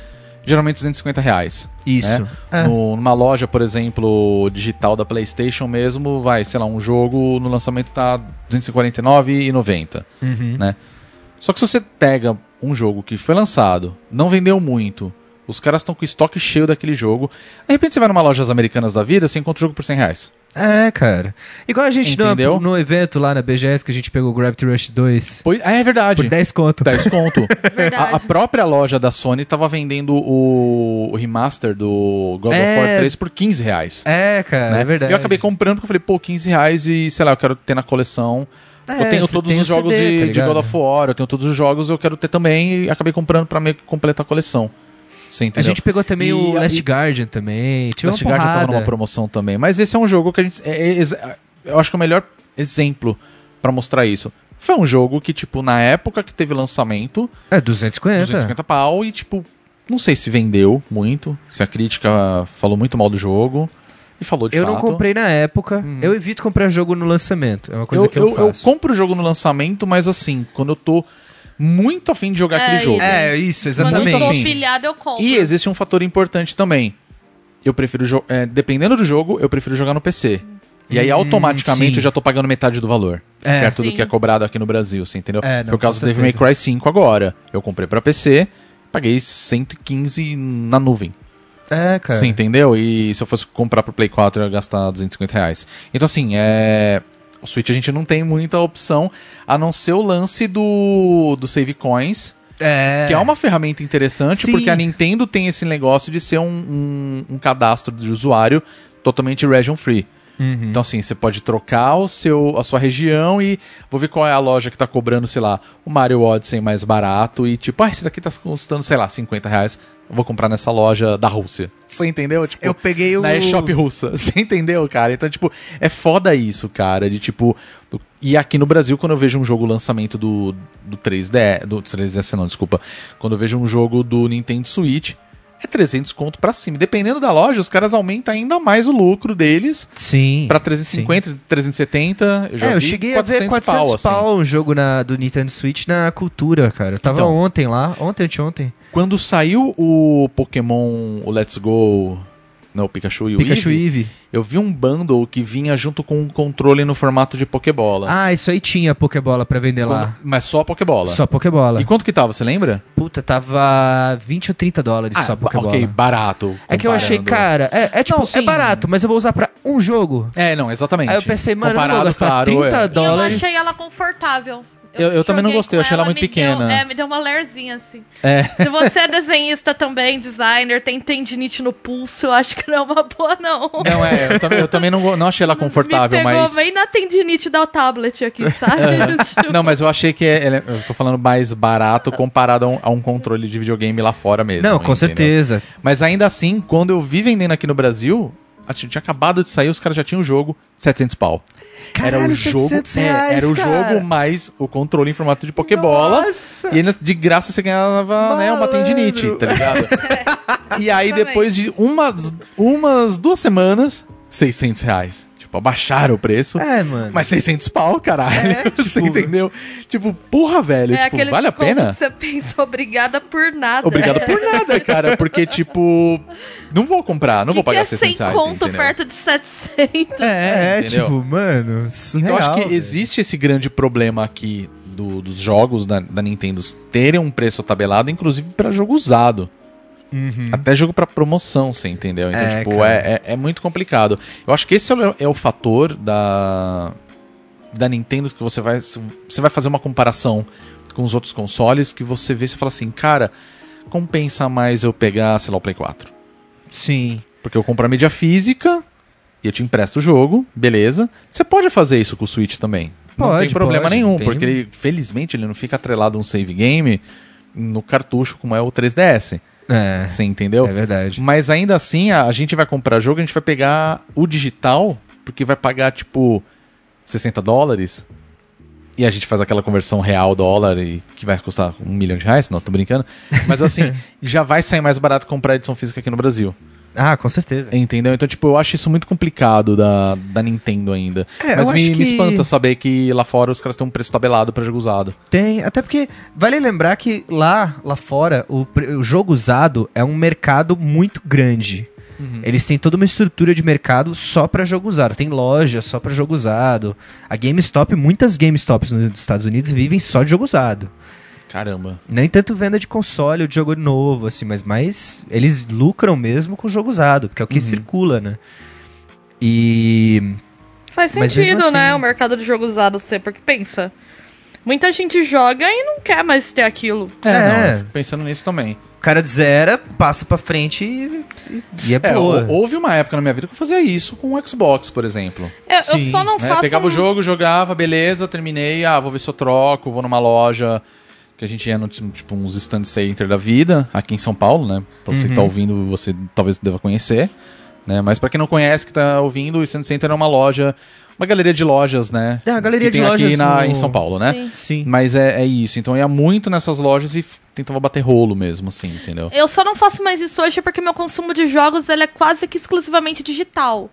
[SPEAKER 5] geralmente 250 reais.
[SPEAKER 8] Isso.
[SPEAKER 5] né? No- numa loja, por exemplo, digital da PlayStation mesmo, vai, sei lá, um jogo no lançamento tá R$ 249,90.
[SPEAKER 8] Uhum.
[SPEAKER 5] Né? Só que se você pega um jogo que foi lançado, não vendeu muito, os caras estão com estoque cheio daquele jogo, de repente você vai numa loja americanas da vida, você encontra o jogo por 100 reais.
[SPEAKER 8] É, cara. Igual a gente
[SPEAKER 5] Entendeu?
[SPEAKER 8] no, no evento lá na BGS que a gente pegou Gravity Rush 2
[SPEAKER 5] Pois, ah, é verdade.
[SPEAKER 8] por 10 conto.
[SPEAKER 5] 10 conto.
[SPEAKER 6] Verdade.
[SPEAKER 5] A, a própria loja da Sony tava vendendo o, o remaster do God
[SPEAKER 8] É.
[SPEAKER 5] of War 3 por 15 reais.
[SPEAKER 8] É, cara,
[SPEAKER 5] né?
[SPEAKER 8] é verdade.
[SPEAKER 5] Eu acabei comprando porque eu falei, pô, 15 reais e sei lá, eu quero ter na coleção.
[SPEAKER 8] É,
[SPEAKER 5] eu tenho
[SPEAKER 8] você
[SPEAKER 5] todos
[SPEAKER 8] tem
[SPEAKER 5] os
[SPEAKER 8] o CD,
[SPEAKER 5] jogos
[SPEAKER 8] tá
[SPEAKER 5] de, de
[SPEAKER 8] ligado?
[SPEAKER 5] God of War, eu tenho todos os jogos, eu quero ter também e acabei comprando pra meio que completar a coleção. Você
[SPEAKER 8] A
[SPEAKER 5] entendeu?
[SPEAKER 8] gente pegou também
[SPEAKER 5] E-
[SPEAKER 8] o
[SPEAKER 5] e-
[SPEAKER 8] Last Guardian também. Tinha
[SPEAKER 5] Last
[SPEAKER 8] uma
[SPEAKER 5] Guardian tava
[SPEAKER 8] porrada.
[SPEAKER 5] numa promoção também. Mas esse é um jogo que a gente. é- é- é- eu acho que é o melhor exemplo pra mostrar isso. Foi um jogo que, tipo, na época que teve lançamento,
[SPEAKER 8] É, 250.
[SPEAKER 5] 250 pau e, tipo, não sei se vendeu muito, se a crítica falou muito mal do jogo. E falou de
[SPEAKER 8] Eu
[SPEAKER 5] fato. Uhum.
[SPEAKER 8] não comprei na época. Eu evito comprar jogo no lançamento. É uma coisa
[SPEAKER 5] eu,
[SPEAKER 8] que eu,
[SPEAKER 5] eu- eu
[SPEAKER 8] faço.
[SPEAKER 5] compro o jogo no lançamento, mas assim, quando eu tô muito afim de jogar
[SPEAKER 6] É,
[SPEAKER 5] aquele jogo.
[SPEAKER 6] e-
[SPEAKER 8] É, isso,
[SPEAKER 6] Quando eu tô
[SPEAKER 5] Exatamente.
[SPEAKER 6] afilhado, eu compro.
[SPEAKER 5] E existe um fator importante também. Eu prefiro jo- é, dependendo do jogo, eu prefiro jogar no PC. E aí,
[SPEAKER 8] Hum,
[SPEAKER 5] automaticamente,
[SPEAKER 8] sim.
[SPEAKER 5] eu já tô pagando metade do valor.
[SPEAKER 8] É.
[SPEAKER 5] perto do
[SPEAKER 6] Sim.
[SPEAKER 5] que é cobrado aqui no Brasil, você entendeu?
[SPEAKER 8] É, não,
[SPEAKER 5] Foi o caso
[SPEAKER 8] com
[SPEAKER 5] do Devil May
[SPEAKER 8] certeza.
[SPEAKER 5] Cry 5 agora. Eu comprei pra PC, paguei 115 na nuvem.
[SPEAKER 8] É, cara.
[SPEAKER 5] Você entendeu? E se eu fosse comprar pro Play 4, eu ia gastar 250 reais. Então, assim, é. O Switch a gente não tem muita opção, a não ser o lance do, do Save Coins,
[SPEAKER 8] É.
[SPEAKER 5] que é uma ferramenta interessante,
[SPEAKER 8] Sim.
[SPEAKER 5] porque a Nintendo tem esse negócio de ser um, um- um cadastro de usuário totalmente region free. Então, assim, você pode trocar o seu, a sua região e vou ver qual é a loja que tá cobrando, sei lá, o Mario Odyssey mais barato e tipo, ah, esse daqui tá custando, sei lá, 50 reais, eu vou comprar nessa loja da Rússia. Você entendeu? Tipo,
[SPEAKER 8] Eu peguei o.
[SPEAKER 5] na eShop russa. Você entendeu, cara? Então, tipo, é foda isso, cara. De tipo. do- E aqui no Brasil, quando eu vejo um jogo lançamento do, do 3D. Do 3DS, não, desculpa. Quando eu vejo um jogo do Nintendo Switch, é 300 conto pra cima. Dependendo da loja, os caras aumentam ainda mais o lucro deles
[SPEAKER 8] Sim.
[SPEAKER 5] pra 350, 370. Eu já
[SPEAKER 8] É, eu
[SPEAKER 5] vi
[SPEAKER 8] cheguei a ver 400 pau,
[SPEAKER 5] assim.
[SPEAKER 8] um jogo na, do Nintendo Switch na cultura, cara. Eu tava
[SPEAKER 5] Então.
[SPEAKER 8] ontem lá, ontem, anteontem.
[SPEAKER 5] Quando saiu o Pokémon, o Let's Go. Não, o Pikachu e o
[SPEAKER 8] Pikachu
[SPEAKER 5] Eevee,
[SPEAKER 8] Eevee.
[SPEAKER 5] eu vi um bundle que vinha junto com um controle no formato de Pokébola.
[SPEAKER 8] Ah, isso aí tinha Pokébola pra vender lá.
[SPEAKER 5] Quando- Mas só a Pokébola.
[SPEAKER 8] Só Pokébola.
[SPEAKER 5] E quanto que tava, você lembra?
[SPEAKER 8] Puta, tava 20 ou 30 dólares só
[SPEAKER 5] ba-
[SPEAKER 8] Pokébola.
[SPEAKER 5] Ah, ok, barato.
[SPEAKER 8] É que eu achei,
[SPEAKER 5] comparando.
[SPEAKER 8] cara, é, é tipo,
[SPEAKER 5] Não,
[SPEAKER 8] é
[SPEAKER 5] sim.
[SPEAKER 8] barato, mas eu vou usar pra um jogo.
[SPEAKER 5] É, não, exatamente.
[SPEAKER 8] Aí eu pensei, mano, eu não
[SPEAKER 5] Comparado,
[SPEAKER 8] vou gastar
[SPEAKER 5] claro, é.
[SPEAKER 8] 30
[SPEAKER 6] E eu não
[SPEAKER 8] dólares.
[SPEAKER 6] achei ela confortável.
[SPEAKER 5] Eu- eu também não
[SPEAKER 6] joguei
[SPEAKER 5] gostei,
[SPEAKER 6] com
[SPEAKER 5] eu achei ela muito
[SPEAKER 6] me deu-
[SPEAKER 5] pequena.
[SPEAKER 6] é, me deu uma lerzinha, assim.
[SPEAKER 5] É.
[SPEAKER 6] Se você é desenhista também, designer, tem tendinite no pulso, eu acho que não é uma boa, não.
[SPEAKER 5] Não, é, eu também, eu também não, go- não achei ela confortável,
[SPEAKER 6] me pegou
[SPEAKER 5] mas...
[SPEAKER 6] bem na tendinite da tablet aqui, sabe? Tipo,
[SPEAKER 5] Não, mas eu achei que é- ela é- eu tô falando mais barato comparado a um, a um controle de videogame lá fora mesmo.
[SPEAKER 8] Não, com
[SPEAKER 5] entendeu?
[SPEAKER 8] certeza.
[SPEAKER 5] Mas ainda assim, quando eu vi vendendo aqui no Brasil, a gente tinha acabado de sair, os caras já tinham o jogo, 700 pau. era o
[SPEAKER 8] Caralho,
[SPEAKER 5] jogo,
[SPEAKER 8] 700
[SPEAKER 5] é,
[SPEAKER 8] reais,
[SPEAKER 5] era o
[SPEAKER 8] cara.
[SPEAKER 5] jogo mais o controle em formato de Pokébola.
[SPEAKER 8] Nossa!
[SPEAKER 5] E ainda de graça você ganhava né, uma
[SPEAKER 8] Malandro.
[SPEAKER 5] tendinite, tá ligado? e aí
[SPEAKER 6] Exatamente.
[SPEAKER 5] depois de umas, umas duas semanas, 600 reais. Tipo, abaixaram o preço.
[SPEAKER 8] É, mano.
[SPEAKER 5] Mas 600 pau, caralho. você entendeu? Tipo, porra, velho.
[SPEAKER 6] é
[SPEAKER 5] tipo,
[SPEAKER 6] aquele
[SPEAKER 5] vale a
[SPEAKER 6] desconto
[SPEAKER 5] pena?
[SPEAKER 6] que você pensa, obrigada por nada.
[SPEAKER 5] Obrigado por nada, cara. Porque, tipo, não vou comprar, não
[SPEAKER 6] Que
[SPEAKER 5] vou pagar
[SPEAKER 6] que é
[SPEAKER 5] 600
[SPEAKER 6] 100
[SPEAKER 5] reais.
[SPEAKER 6] conto
[SPEAKER 5] entendeu?
[SPEAKER 6] perto de 700.
[SPEAKER 5] É,
[SPEAKER 8] É,
[SPEAKER 5] entendeu?
[SPEAKER 8] tipo, mano,
[SPEAKER 5] Então,
[SPEAKER 8] surreal,
[SPEAKER 5] eu acho que
[SPEAKER 8] velho.
[SPEAKER 5] existe esse grande problema aqui do- dos jogos da, da Nintendo terem um preço tabelado, inclusive pra jogo usado. Até jogo pra promoção, você entendeu? Então,
[SPEAKER 8] Uhum. É,
[SPEAKER 5] tipo,
[SPEAKER 8] cara.
[SPEAKER 5] é, é, é muito complicado. Eu acho que esse é o, é o fator da, da Nintendo que você vai, você vai fazer uma comparação com os outros consoles que você vê e você fala assim, cara, compensa mais eu pegar, sei lá, o Play 4.
[SPEAKER 8] Sim.
[SPEAKER 5] Porque eu compro a mídia física e eu te empresto o jogo, beleza. Você pode fazer isso com o Switch também. não tem
[SPEAKER 8] Pode,
[SPEAKER 5] problema
[SPEAKER 8] pode,
[SPEAKER 5] nenhum,
[SPEAKER 8] não tem.
[SPEAKER 5] porque ele, felizmente ele não fica atrelado a um save game no cartucho como é o 3DS.
[SPEAKER 8] É,
[SPEAKER 5] Você entendeu?
[SPEAKER 8] é verdade.
[SPEAKER 5] Mas ainda assim, a, a gente vai comprar jogo, a gente vai pegar o digital, porque vai pagar tipo 60 dólares. e a gente faz aquela conversão real dólar e que vai custar um milhão de reais, não, tô brincando. Mas assim, já vai sair mais barato comprar a edição física aqui no Brasil.
[SPEAKER 8] Ah, com certeza.
[SPEAKER 5] Entendeu? Então, tipo, eu acho isso muito complicado da, da Nintendo ainda.
[SPEAKER 8] É,
[SPEAKER 5] Mas
[SPEAKER 8] eu
[SPEAKER 5] me,
[SPEAKER 8] acho
[SPEAKER 5] me
[SPEAKER 8] que-
[SPEAKER 5] espanta saber que lá fora os caras têm um preço tabelado pra jogo usado.
[SPEAKER 8] Tem, até porque vale lembrar que lá, lá fora, o, pre- o jogo usado é um mercado muito grande.
[SPEAKER 5] Uhum.
[SPEAKER 8] Eles têm toda uma estrutura de mercado só pra jogo usado. Tem loja só pra jogo usado. A GameStop, muitas GameStops nos Estados Unidos vivem só de jogo usado.
[SPEAKER 5] Caramba.
[SPEAKER 8] Nem tanto venda de console ou de jogo novo, assim, mas mais eles lucram mesmo com o jogo usado, porque é o
[SPEAKER 5] Uhum.
[SPEAKER 8] que circula, né? E.
[SPEAKER 6] Faz
[SPEAKER 8] Mas mesmo
[SPEAKER 6] sentido, né?
[SPEAKER 8] assim-
[SPEAKER 6] O mercado de jogo usado ser, porque pensa. Muita gente joga e não quer mais ter aquilo.
[SPEAKER 5] É,
[SPEAKER 8] É.
[SPEAKER 5] não, eu fico pensando nisso também.
[SPEAKER 8] O cara zera, passa pra frente e, e é
[SPEAKER 5] É,
[SPEAKER 8] boa.
[SPEAKER 5] hou- houve uma época na minha vida que eu fazia isso com o Xbox, por exemplo.
[SPEAKER 6] Eu, eu
[SPEAKER 8] Sim,
[SPEAKER 6] só não
[SPEAKER 5] né?
[SPEAKER 6] faço.
[SPEAKER 5] Pegava o
[SPEAKER 6] um-
[SPEAKER 5] jogo, jogava, beleza, terminei, ah, vou ver se eu troco, vou numa loja que a gente ia no, tipo, uns stand center da vida, aqui em São Paulo, né? Pra você que tá ouvindo, você talvez deva conhecer, né? Mas pra quem não conhece, que tá ouvindo, o stand center é uma loja, uma galeria de lojas, né?
[SPEAKER 8] É, a galeria
[SPEAKER 5] que tem
[SPEAKER 8] de
[SPEAKER 5] aqui
[SPEAKER 8] lojas
[SPEAKER 5] na-
[SPEAKER 8] no-
[SPEAKER 5] em São Paulo, né?
[SPEAKER 6] Sim.
[SPEAKER 8] Sim.
[SPEAKER 5] Mas é, é isso, então eu ia muito nessas lojas e f- tentava bater rolo mesmo, assim, entendeu?
[SPEAKER 6] Eu só não faço mais isso hoje porque meu consumo de jogos ele é quase que exclusivamente digital.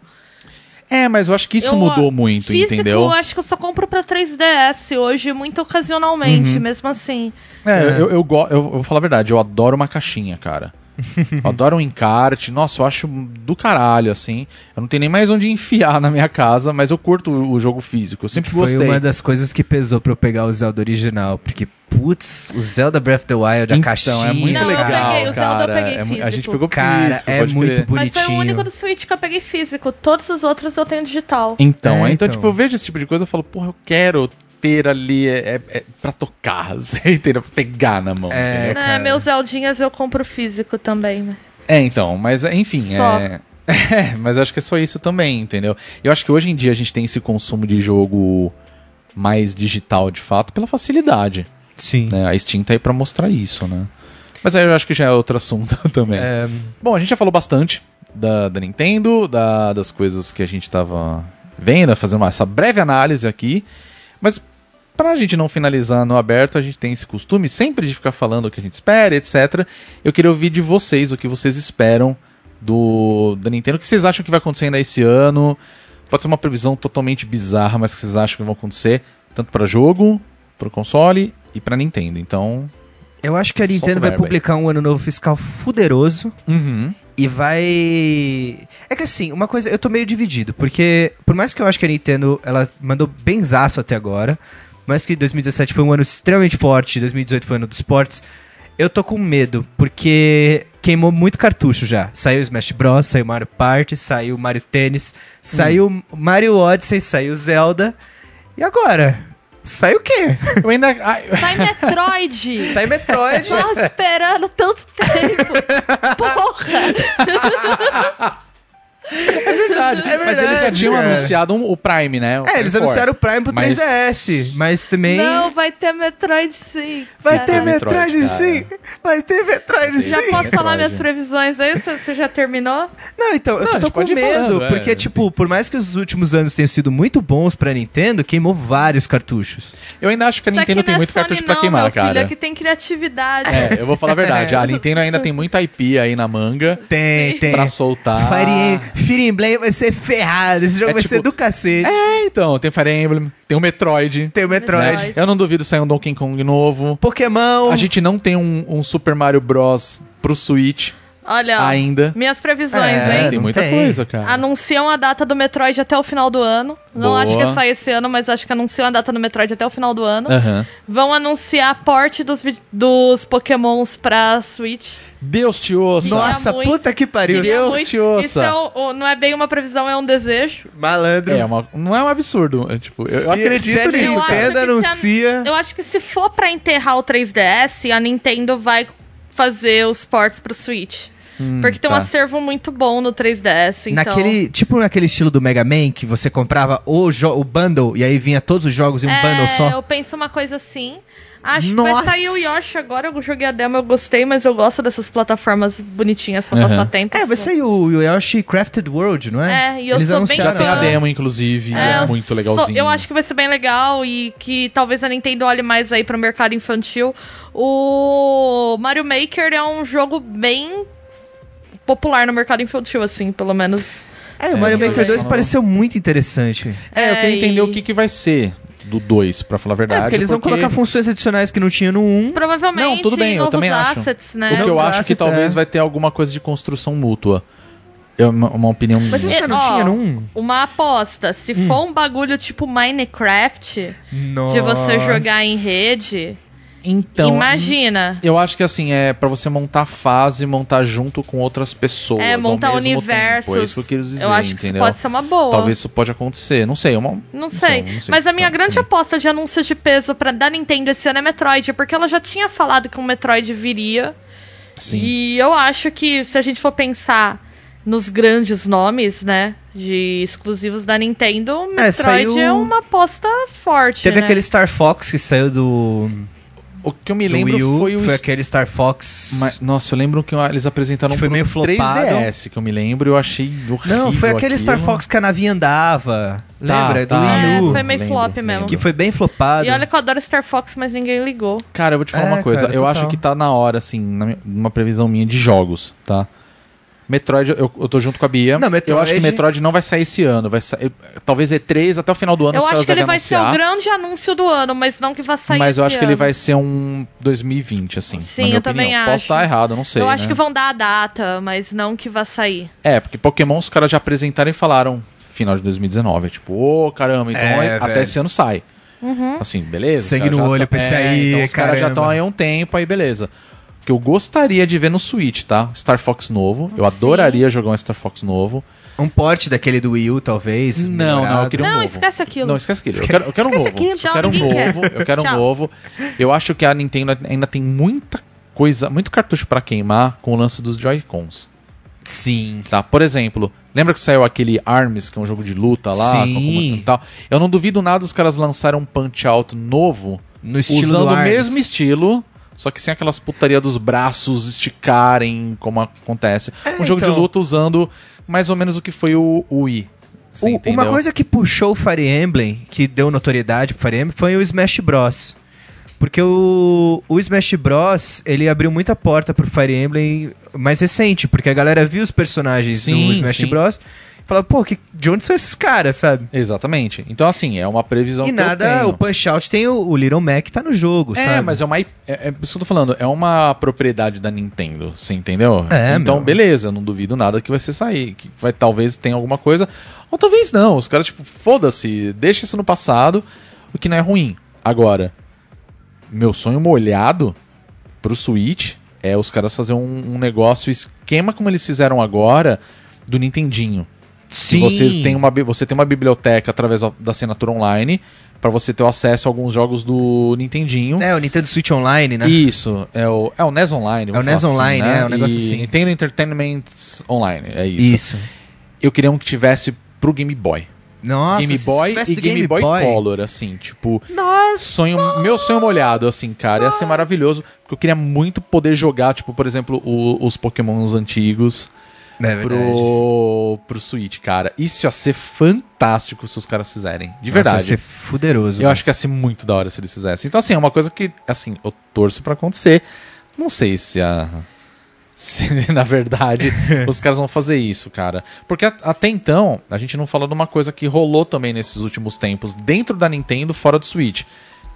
[SPEAKER 5] É, mas eu acho que isso
[SPEAKER 6] Eu, ah,
[SPEAKER 5] mudou muito,
[SPEAKER 6] Físico,
[SPEAKER 5] entendeu?
[SPEAKER 6] eu acho que eu só compro pra 3DS hoje, muito
[SPEAKER 5] Uhum.
[SPEAKER 6] ocasionalmente, mesmo assim.
[SPEAKER 5] É, eu, eu, go- eu, eu vou falar a verdade, eu adoro uma caixinha, cara. Eu adoro um encarte, nossa, eu acho do caralho, assim. Eu não tenho nem mais onde enfiar na minha casa, mas eu curto o o jogo físico, eu sempre
[SPEAKER 8] Foi
[SPEAKER 5] gostei.
[SPEAKER 8] uma das coisas que pesou pra eu pegar o Zelda original, porque, putz, o Zelda Breath of the Wild, a
[SPEAKER 5] Então,
[SPEAKER 8] caixinha...
[SPEAKER 5] é muito
[SPEAKER 6] Não, eu
[SPEAKER 5] legal,
[SPEAKER 6] peguei, o Zelda eu
[SPEAKER 5] cara.
[SPEAKER 6] peguei
[SPEAKER 5] É mu- a gente
[SPEAKER 6] físico.
[SPEAKER 5] pegou
[SPEAKER 8] Cara,
[SPEAKER 5] físico,
[SPEAKER 8] é
[SPEAKER 5] pode
[SPEAKER 8] muito
[SPEAKER 5] crer.
[SPEAKER 8] bonitinho.
[SPEAKER 6] Mas foi o único do Switch que eu peguei físico. Todos os outros eu tenho digital.
[SPEAKER 5] Então,
[SPEAKER 8] É,
[SPEAKER 5] é, então,
[SPEAKER 8] então.
[SPEAKER 5] tipo, eu vejo esse tipo de coisa e falo, porra, eu quero ter ali, é, é, é pra tocar, assim, entendeu? Pra pegar na mão.
[SPEAKER 8] É,
[SPEAKER 5] entendeu?
[SPEAKER 6] né, meus Zeldinhas eu compro físico também. né?
[SPEAKER 5] É, então, mas enfim,
[SPEAKER 6] Só.
[SPEAKER 5] é... é. Mas acho que é só isso também, entendeu? Eu acho que hoje em dia a gente tem esse consumo de jogo mais digital, de fato, pela facilidade.
[SPEAKER 8] Sim.
[SPEAKER 5] Né? A Steam tá aí pra mostrar isso, né? Mas aí eu acho que já é outro assunto também.
[SPEAKER 8] É.
[SPEAKER 5] Bom, a gente já falou bastante da, da Nintendo, da- das coisas que a gente tava vendo, fazendo uma- essa breve análise aqui. Mas pra gente não finalizar no aberto, a gente tem esse costume sempre de ficar falando o que a gente espera, etc. Eu queria ouvir de vocês o que vocês esperam do da Nintendo. O que vocês acham que vai acontecer ainda esse ano? Pode ser uma previsão totalmente bizarra, mas o que vocês acham que vai acontecer tanto pra jogo, pro console e pra Nintendo. Então,
[SPEAKER 8] Eu acho que a
[SPEAKER 5] Solta
[SPEAKER 8] Nintendo
[SPEAKER 5] o
[SPEAKER 8] vai
[SPEAKER 5] verbo aí.
[SPEAKER 8] publicar um ano novo fiscal fuderoso,
[SPEAKER 5] uhum.
[SPEAKER 8] E vai. É que assim, uma coisa, eu tô meio dividido, porque por mais que eu acho que a Nintendo ela mandou benzaço até agora, por mais que 2017 foi um ano extremamente forte, 2018 foi um ano dos esportes, eu tô com medo, porque queimou muito cartucho já. Saiu Smash Bros, saiu Mario Party, saiu Mario Tênis, saiu Mario Odyssey, saiu Zelda. E agora? Sai o quê?
[SPEAKER 5] eu ainda ah,
[SPEAKER 8] É
[SPEAKER 5] eu-
[SPEAKER 6] Sai Metroid!
[SPEAKER 8] Sai Metroid.
[SPEAKER 6] Tô esperando tanto tempo! Porra!
[SPEAKER 8] É
[SPEAKER 5] Mas eles já
[SPEAKER 8] verdade,
[SPEAKER 5] tinham
[SPEAKER 8] cara.
[SPEAKER 5] anunciado um- o Prime, né? O
[SPEAKER 8] É, eles
[SPEAKER 5] Prime
[SPEAKER 8] anunciaram o Prime pro
[SPEAKER 5] Mas-
[SPEAKER 8] 3DS, mas também.
[SPEAKER 6] Não, vai ter Metroid sim!
[SPEAKER 8] Vai ter
[SPEAKER 6] cara.
[SPEAKER 5] Metroid,
[SPEAKER 8] metragem
[SPEAKER 5] cara.
[SPEAKER 8] sim! Vai ter metragem
[SPEAKER 6] Já
[SPEAKER 8] sim!
[SPEAKER 6] posso falar
[SPEAKER 5] Metroid.
[SPEAKER 6] minhas previsões aí? Você você já terminou?
[SPEAKER 8] Não, então, eu
[SPEAKER 5] Não, a
[SPEAKER 8] só
[SPEAKER 5] gente
[SPEAKER 8] tô com
[SPEAKER 5] pode ir
[SPEAKER 8] medo,
[SPEAKER 5] falando, é,
[SPEAKER 8] porque,
[SPEAKER 5] enfim.
[SPEAKER 8] tipo, por mais que os últimos anos tenham sido muito bons pra Nintendo, queimou vários cartuchos.
[SPEAKER 5] Eu ainda acho que a
[SPEAKER 6] Só
[SPEAKER 5] Nintendo
[SPEAKER 6] que
[SPEAKER 5] tem
[SPEAKER 6] não é
[SPEAKER 5] muito
[SPEAKER 6] Sony
[SPEAKER 5] cartucho pra
[SPEAKER 6] não,
[SPEAKER 5] queimar,
[SPEAKER 6] meu filho,
[SPEAKER 5] cara.
[SPEAKER 6] Aqui tá- tem criatividade.
[SPEAKER 5] É, eu vou falar a verdade. A Nintendo ainda tem muita IP aí na manga
[SPEAKER 8] Tem, tem.
[SPEAKER 5] pra soltar.
[SPEAKER 8] É. Fire, Em- Fire Emblem vai ser ferrado, esse jogo
[SPEAKER 5] É
[SPEAKER 8] vai
[SPEAKER 5] tipo-
[SPEAKER 8] ser do cacete.
[SPEAKER 5] É, então, tem Fire Emblem, tem o Metroid.
[SPEAKER 8] Tem o Metroid.
[SPEAKER 5] né? Eu não duvido sair um Donkey Kong novo.
[SPEAKER 8] Pokémon.
[SPEAKER 6] Oh.
[SPEAKER 5] A gente não tem um, um Super Mario Bros. pro Switch
[SPEAKER 6] Olha, ó,
[SPEAKER 5] ainda.
[SPEAKER 6] minhas previsões, hein?
[SPEAKER 8] É,
[SPEAKER 5] tem
[SPEAKER 8] não
[SPEAKER 5] muita
[SPEAKER 8] tem.
[SPEAKER 5] coisa,
[SPEAKER 6] Ah,
[SPEAKER 5] cara.
[SPEAKER 6] Anunciam a data do Metroid até o final do ano. Não
[SPEAKER 5] Boa.
[SPEAKER 6] acho que sai esse ano, mas acho que anunciam a data do Metroid até o final do ano.
[SPEAKER 5] Aham.
[SPEAKER 6] Vão anunciar a porte dos, vi- dos Pokémons pra Switch.
[SPEAKER 5] Deus te ouça.
[SPEAKER 8] Nossa,
[SPEAKER 6] muito.
[SPEAKER 8] puta que pariu.
[SPEAKER 5] Queria- Deus
[SPEAKER 6] Muito-
[SPEAKER 5] te ouça.
[SPEAKER 6] Isso é o- o- não é bem uma previsão, é um desejo.
[SPEAKER 8] Malandro.
[SPEAKER 5] É uma- não é um absurdo. é, tipo, eu, eu acredito
[SPEAKER 8] se a
[SPEAKER 5] nisso,
[SPEAKER 6] Eu acho
[SPEAKER 5] cara.
[SPEAKER 8] Nintendo
[SPEAKER 6] que se a-
[SPEAKER 8] anuncia...
[SPEAKER 6] Eu acho que se for pra enterrar o 3DS, a Nintendo vai fazer os ports pro Switch. Porque tem um
[SPEAKER 5] tá.
[SPEAKER 6] acervo muito bom no 3DS, então...
[SPEAKER 8] Naquele, tipo naquele estilo do Mega Man, que você comprava o, jo- o bundle e aí vinha todos os jogos em um
[SPEAKER 6] é,
[SPEAKER 8] bundle só.
[SPEAKER 6] eu penso uma coisa assim. Acho que
[SPEAKER 8] Nossa!
[SPEAKER 6] vai sair o Yoshi agora. Eu joguei a demo, eu gostei, mas eu gosto dessas plataformas bonitinhas pra
[SPEAKER 5] Aham.
[SPEAKER 6] passar tempo.
[SPEAKER 8] É, vai
[SPEAKER 6] assim.
[SPEAKER 8] sair o Yoshi Crafted World, não é?
[SPEAKER 6] É, e eu sou bem
[SPEAKER 5] Já
[SPEAKER 8] anunciaram.
[SPEAKER 5] tem a
[SPEAKER 6] fã.
[SPEAKER 5] demo, inclusive,
[SPEAKER 6] É,
[SPEAKER 5] é,
[SPEAKER 6] eu
[SPEAKER 5] muito
[SPEAKER 6] sou-
[SPEAKER 5] legalzinho.
[SPEAKER 6] eu acho que vai ser bem legal e que talvez a Nintendo olhe mais aí pro mercado infantil. O Mario Maker é um jogo bem popular no mercado infantil, assim, pelo menos.
[SPEAKER 8] É, o Mario
[SPEAKER 5] que eu
[SPEAKER 8] Maker 2
[SPEAKER 5] lembro.
[SPEAKER 8] pareceu muito interessante.
[SPEAKER 5] É, eu quero
[SPEAKER 6] É,
[SPEAKER 5] entender
[SPEAKER 6] e-
[SPEAKER 5] o que, que vai ser do 2, pra falar a
[SPEAKER 8] É,
[SPEAKER 5] verdade.
[SPEAKER 8] porque eles vão colocar funções adicionais que não tinha no 1.
[SPEAKER 6] Provavelmente
[SPEAKER 5] Não, tudo bem, eu
[SPEAKER 6] novos
[SPEAKER 5] também acho.
[SPEAKER 6] assets,
[SPEAKER 5] O que
[SPEAKER 6] né?
[SPEAKER 5] eu
[SPEAKER 8] Novos
[SPEAKER 5] acho que
[SPEAKER 8] assets,
[SPEAKER 5] talvez
[SPEAKER 8] é.
[SPEAKER 5] vai ter alguma coisa de construção mútua. É uma, uma opinião
[SPEAKER 8] Mas isso
[SPEAKER 6] É,
[SPEAKER 8] já não
[SPEAKER 6] ó,
[SPEAKER 8] tinha no 1?
[SPEAKER 6] Uma aposta. Se
[SPEAKER 5] Hum.
[SPEAKER 6] for um bagulho tipo Minecraft,
[SPEAKER 8] Nossa.
[SPEAKER 6] de você jogar em rede,
[SPEAKER 5] Então,
[SPEAKER 6] imagina.
[SPEAKER 5] eu acho que assim, é pra você montar fase, montar junto com outras pessoas.
[SPEAKER 6] É,
[SPEAKER 5] ao
[SPEAKER 6] montar
[SPEAKER 5] mesmo tempo.
[SPEAKER 6] universos.
[SPEAKER 5] É isso que eu quero dizer,
[SPEAKER 6] Eu acho que
[SPEAKER 5] entendeu?
[SPEAKER 6] isso pode ser uma boa.
[SPEAKER 5] Talvez isso pode acontecer, não sei. é Uma...
[SPEAKER 6] Não sei.
[SPEAKER 5] Então, não sei.
[SPEAKER 6] Mas a minha
[SPEAKER 5] Tá,
[SPEAKER 6] grande
[SPEAKER 5] tá.
[SPEAKER 6] aposta de anúncio de peso pra, da Nintendo esse ano é Metroid, porque ela já tinha falado que um Metroid viria.
[SPEAKER 5] Sim.
[SPEAKER 6] E eu acho que se a gente for pensar nos grandes nomes, né? De exclusivos da Nintendo, o
[SPEAKER 8] É,
[SPEAKER 6] Metroid
[SPEAKER 8] saiu-
[SPEAKER 6] é uma aposta forte.
[SPEAKER 8] Teve
[SPEAKER 6] né?
[SPEAKER 8] aquele Star Fox que saiu do,
[SPEAKER 5] O que eu me
[SPEAKER 8] do
[SPEAKER 5] lembro
[SPEAKER 8] Wii U.
[SPEAKER 5] foi o
[SPEAKER 8] aquele Star Fox.
[SPEAKER 5] Ma- nossa, eu lembro que eles apresentaram um
[SPEAKER 8] Que foi
[SPEAKER 5] pro
[SPEAKER 8] meio flopado.
[SPEAKER 5] 3DS, que eu me lembro, eu achei horrível.
[SPEAKER 8] Não, foi aquele
[SPEAKER 5] aquilo.
[SPEAKER 8] Star Fox que a navinha andava.
[SPEAKER 5] Tá,
[SPEAKER 8] Lembra?
[SPEAKER 5] tá.
[SPEAKER 8] do Wii
[SPEAKER 6] É,
[SPEAKER 8] U.
[SPEAKER 6] foi meio
[SPEAKER 5] Lembro,
[SPEAKER 6] flop
[SPEAKER 5] lembro.
[SPEAKER 6] mesmo.
[SPEAKER 8] Que foi bem flopado.
[SPEAKER 6] E olha que eu adoro Star Fox, mas ninguém ligou.
[SPEAKER 5] Cara, eu vou te falar
[SPEAKER 8] É,
[SPEAKER 5] uma coisa.
[SPEAKER 8] cara,
[SPEAKER 5] eu
[SPEAKER 8] total.
[SPEAKER 5] acho que tá na hora, assim, na minha- numa previsão minha de jogos, tá? Metroid, eu, eu tô junto com a Bia.
[SPEAKER 8] Não, Metroid-
[SPEAKER 5] Eu acho que Metroid não vai sair esse ano. Vai sair, talvez E3 até o final do ano.
[SPEAKER 6] eu
[SPEAKER 5] os
[SPEAKER 6] acho
[SPEAKER 5] caras
[SPEAKER 6] que ele
[SPEAKER 5] devem
[SPEAKER 6] vai ser o
[SPEAKER 5] anunciar,
[SPEAKER 6] grande anúncio do ano, mas não que vai sair
[SPEAKER 5] Mas eu
[SPEAKER 6] esse
[SPEAKER 5] acho que ele
[SPEAKER 6] ano.
[SPEAKER 5] vai ser um 2020, assim.
[SPEAKER 6] Sim,
[SPEAKER 5] na minha
[SPEAKER 6] eu também
[SPEAKER 5] opinião. Posso
[SPEAKER 6] acho.
[SPEAKER 5] estar errado, não sei.
[SPEAKER 6] Eu acho
[SPEAKER 5] né?
[SPEAKER 6] que vão dar a data, mas não que vai sair.
[SPEAKER 5] É, porque Pokémon os caras já apresentaram e falaram final de 2019. É tipo, ô caramba, então
[SPEAKER 8] É,
[SPEAKER 5] é- até
[SPEAKER 8] velho.
[SPEAKER 5] esse ano sai.
[SPEAKER 6] Uhum.
[SPEAKER 5] Então, Assim, beleza. os
[SPEAKER 8] Sangue
[SPEAKER 5] caras
[SPEAKER 8] no
[SPEAKER 5] já
[SPEAKER 8] olho,
[SPEAKER 5] tá-
[SPEAKER 8] pensei,
[SPEAKER 5] é,
[SPEAKER 8] aí,
[SPEAKER 5] Então os caras já
[SPEAKER 8] caramba.
[SPEAKER 5] estão aí há um tempo, aí beleza. O que eu gostaria de ver no Switch, tá? Star Fox novo. Eu adoraria jogar um Star Fox novo.
[SPEAKER 8] Um porte daquele do Wii U, talvez.
[SPEAKER 5] Não, não, eu queria um
[SPEAKER 6] Não,
[SPEAKER 5] novo.
[SPEAKER 6] esquece aquilo.
[SPEAKER 5] Não, esquece aquilo. Eu quero, eu quero um
[SPEAKER 6] Esquece
[SPEAKER 5] novo.
[SPEAKER 6] aquilo.
[SPEAKER 5] Eu
[SPEAKER 6] Tchau,
[SPEAKER 5] quero um
[SPEAKER 6] ninguém
[SPEAKER 5] novo. Eu quero um
[SPEAKER 6] Tchau.
[SPEAKER 5] novo. Eu acho que a Nintendo ainda tem muita coisa, muito cartucho pra queimar com o lance dos Joy-Cons.
[SPEAKER 8] Sim.
[SPEAKER 5] Tá, por exemplo, lembra que saiu aquele Arms, que é um jogo de luta lá,
[SPEAKER 8] Sim.
[SPEAKER 5] com alguma- e tal. Eu não duvido nada os caras lançaram um Punch Out novo,
[SPEAKER 8] No estilo
[SPEAKER 5] usando
[SPEAKER 8] do
[SPEAKER 5] o
[SPEAKER 8] Arms.
[SPEAKER 5] mesmo estilo, só que sem aquelas putaria dos braços esticarem, como acontece. um jogo de
[SPEAKER 8] então.
[SPEAKER 5] luta usando mais ou menos o que foi o, o Wii. Você
[SPEAKER 8] O-
[SPEAKER 5] entendeu?
[SPEAKER 8] uma coisa que puxou o Fire Emblem, que deu notoriedade pro Fire Emblem, foi o Smash Bros. Porque o, o Smash Bros, ele abriu muita porta pro Fire Emblem mais recente, porque a galera viu os personagens
[SPEAKER 5] Sim,
[SPEAKER 8] do Smash
[SPEAKER 5] sim.
[SPEAKER 8] Bros e falava, pô, que, de onde são esses caras, sabe?
[SPEAKER 5] Exatamente. Então, assim, é uma previsão que
[SPEAKER 8] e
[SPEAKER 5] eu
[SPEAKER 8] nada,
[SPEAKER 5] tenho.
[SPEAKER 8] o Punch Out tem o, o Little Mac tá no jogo,
[SPEAKER 5] É,
[SPEAKER 8] sabe?
[SPEAKER 5] mas é uma. IP É, é isso que eu tô falando, é uma propriedade da Nintendo, você entendeu?
[SPEAKER 8] É,
[SPEAKER 5] então,
[SPEAKER 8] meu.
[SPEAKER 5] beleza, eu não duvido nada que vai ser sair. Que vai, talvez tenha alguma coisa. Ou talvez não. Os caras, tipo, foda-se, deixa isso no passado, o que não é ruim. Agora, meu sonho molhado pro Switch é os caras fazer um, um negócio, esquema como eles fizeram agora, do Nintendinho. Se
[SPEAKER 8] Sim.
[SPEAKER 5] vocês têm uma, bi- você tem uma biblioteca através da da assinatura online pra você ter o acesso a alguns jogos do Nintendinho.
[SPEAKER 8] É, o Nintendo Switch Online, né?
[SPEAKER 5] Isso, é o, é o NES Online.
[SPEAKER 8] É
[SPEAKER 5] vamos
[SPEAKER 8] o NES
[SPEAKER 5] falar né?
[SPEAKER 8] Online, é, é um negócio assim.
[SPEAKER 5] Nintendo Entertainment Online, é isso. Eu queria um que tivesse pro Game Boy.
[SPEAKER 8] Nossa,
[SPEAKER 5] Game
[SPEAKER 8] se
[SPEAKER 5] Boy
[SPEAKER 8] tivesse
[SPEAKER 5] e
[SPEAKER 8] do
[SPEAKER 5] Game, Boy, Color, assim, tipo...
[SPEAKER 8] Nossa.
[SPEAKER 5] Sonho, meu sonho molhado, assim, cara, ia ser maravilhoso, porque eu queria muito poder jogar, tipo, por exemplo, o- os Pokémons antigos
[SPEAKER 8] É verdade.
[SPEAKER 5] pro, pro Switch, cara. Isso ia ser fantástico se os caras fizerem, de
[SPEAKER 8] Nossa,
[SPEAKER 5] verdade.
[SPEAKER 8] ia ser fuderoso.
[SPEAKER 5] Eu acho que ia ser muito da hora se eles fizessem. Então, assim, é uma coisa que, assim, eu torço pra acontecer. Não sei se a. Se, na verdade, os caras vão fazer isso, cara. Porque at- até então, a gente não falou de uma coisa que rolou também nesses últimos tempos, dentro da Nintendo, fora do Switch.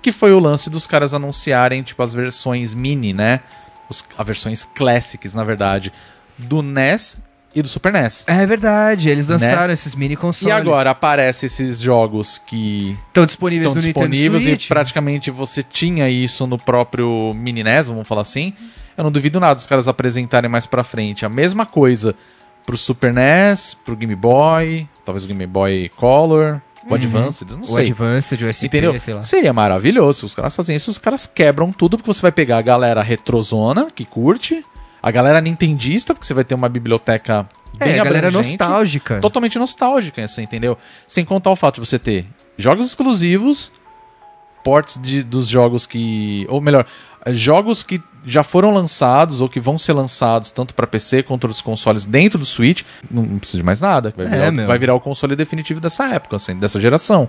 [SPEAKER 5] Que foi o lance dos caras anunciarem, tipo, as versões mini, né? Os, as versões classics, na verdade, do NES e do Super NES.
[SPEAKER 8] É verdade, eles
[SPEAKER 5] Né?
[SPEAKER 8] lançaram esses mini
[SPEAKER 5] E
[SPEAKER 8] consoles.
[SPEAKER 5] agora aparecem esses jogos que
[SPEAKER 8] Estão disponíveis
[SPEAKER 5] estão
[SPEAKER 8] no
[SPEAKER 5] disponíveis
[SPEAKER 8] Nintendo Switch.
[SPEAKER 5] e praticamente você tinha isso no próprio Mini NES, vamos falar assim. Eu não duvido nada os caras apresentarem mais pra frente a mesma coisa pro Super NES, pro Game Boy, talvez o Game Boy Color, o Advanced, não
[SPEAKER 8] Uhum. O
[SPEAKER 5] sei.
[SPEAKER 8] Advanced, o SP,
[SPEAKER 5] Entendeu?
[SPEAKER 8] sei lá.
[SPEAKER 5] Seria maravilhoso se os caras fazem isso, os caras quebram tudo, porque você vai pegar a galera retrozona, que curte, a galera nintendista, porque você vai ter uma biblioteca bem
[SPEAKER 8] É, a galera
[SPEAKER 5] abrangente
[SPEAKER 8] nostálgica.
[SPEAKER 5] totalmente nostálgica, assim, entendeu? Sem contar o fato de você ter jogos exclusivos, ports de, dos jogos que. Ou melhor, eh, jogos que já foram lançados ou que vão ser lançados tanto para PC quanto para os consoles dentro do Switch. Não, não precisa de mais nada. Vai
[SPEAKER 8] É,
[SPEAKER 5] virar, o-
[SPEAKER 8] meu.
[SPEAKER 5] vai virar o console definitivo dessa época, assim, dessa geração.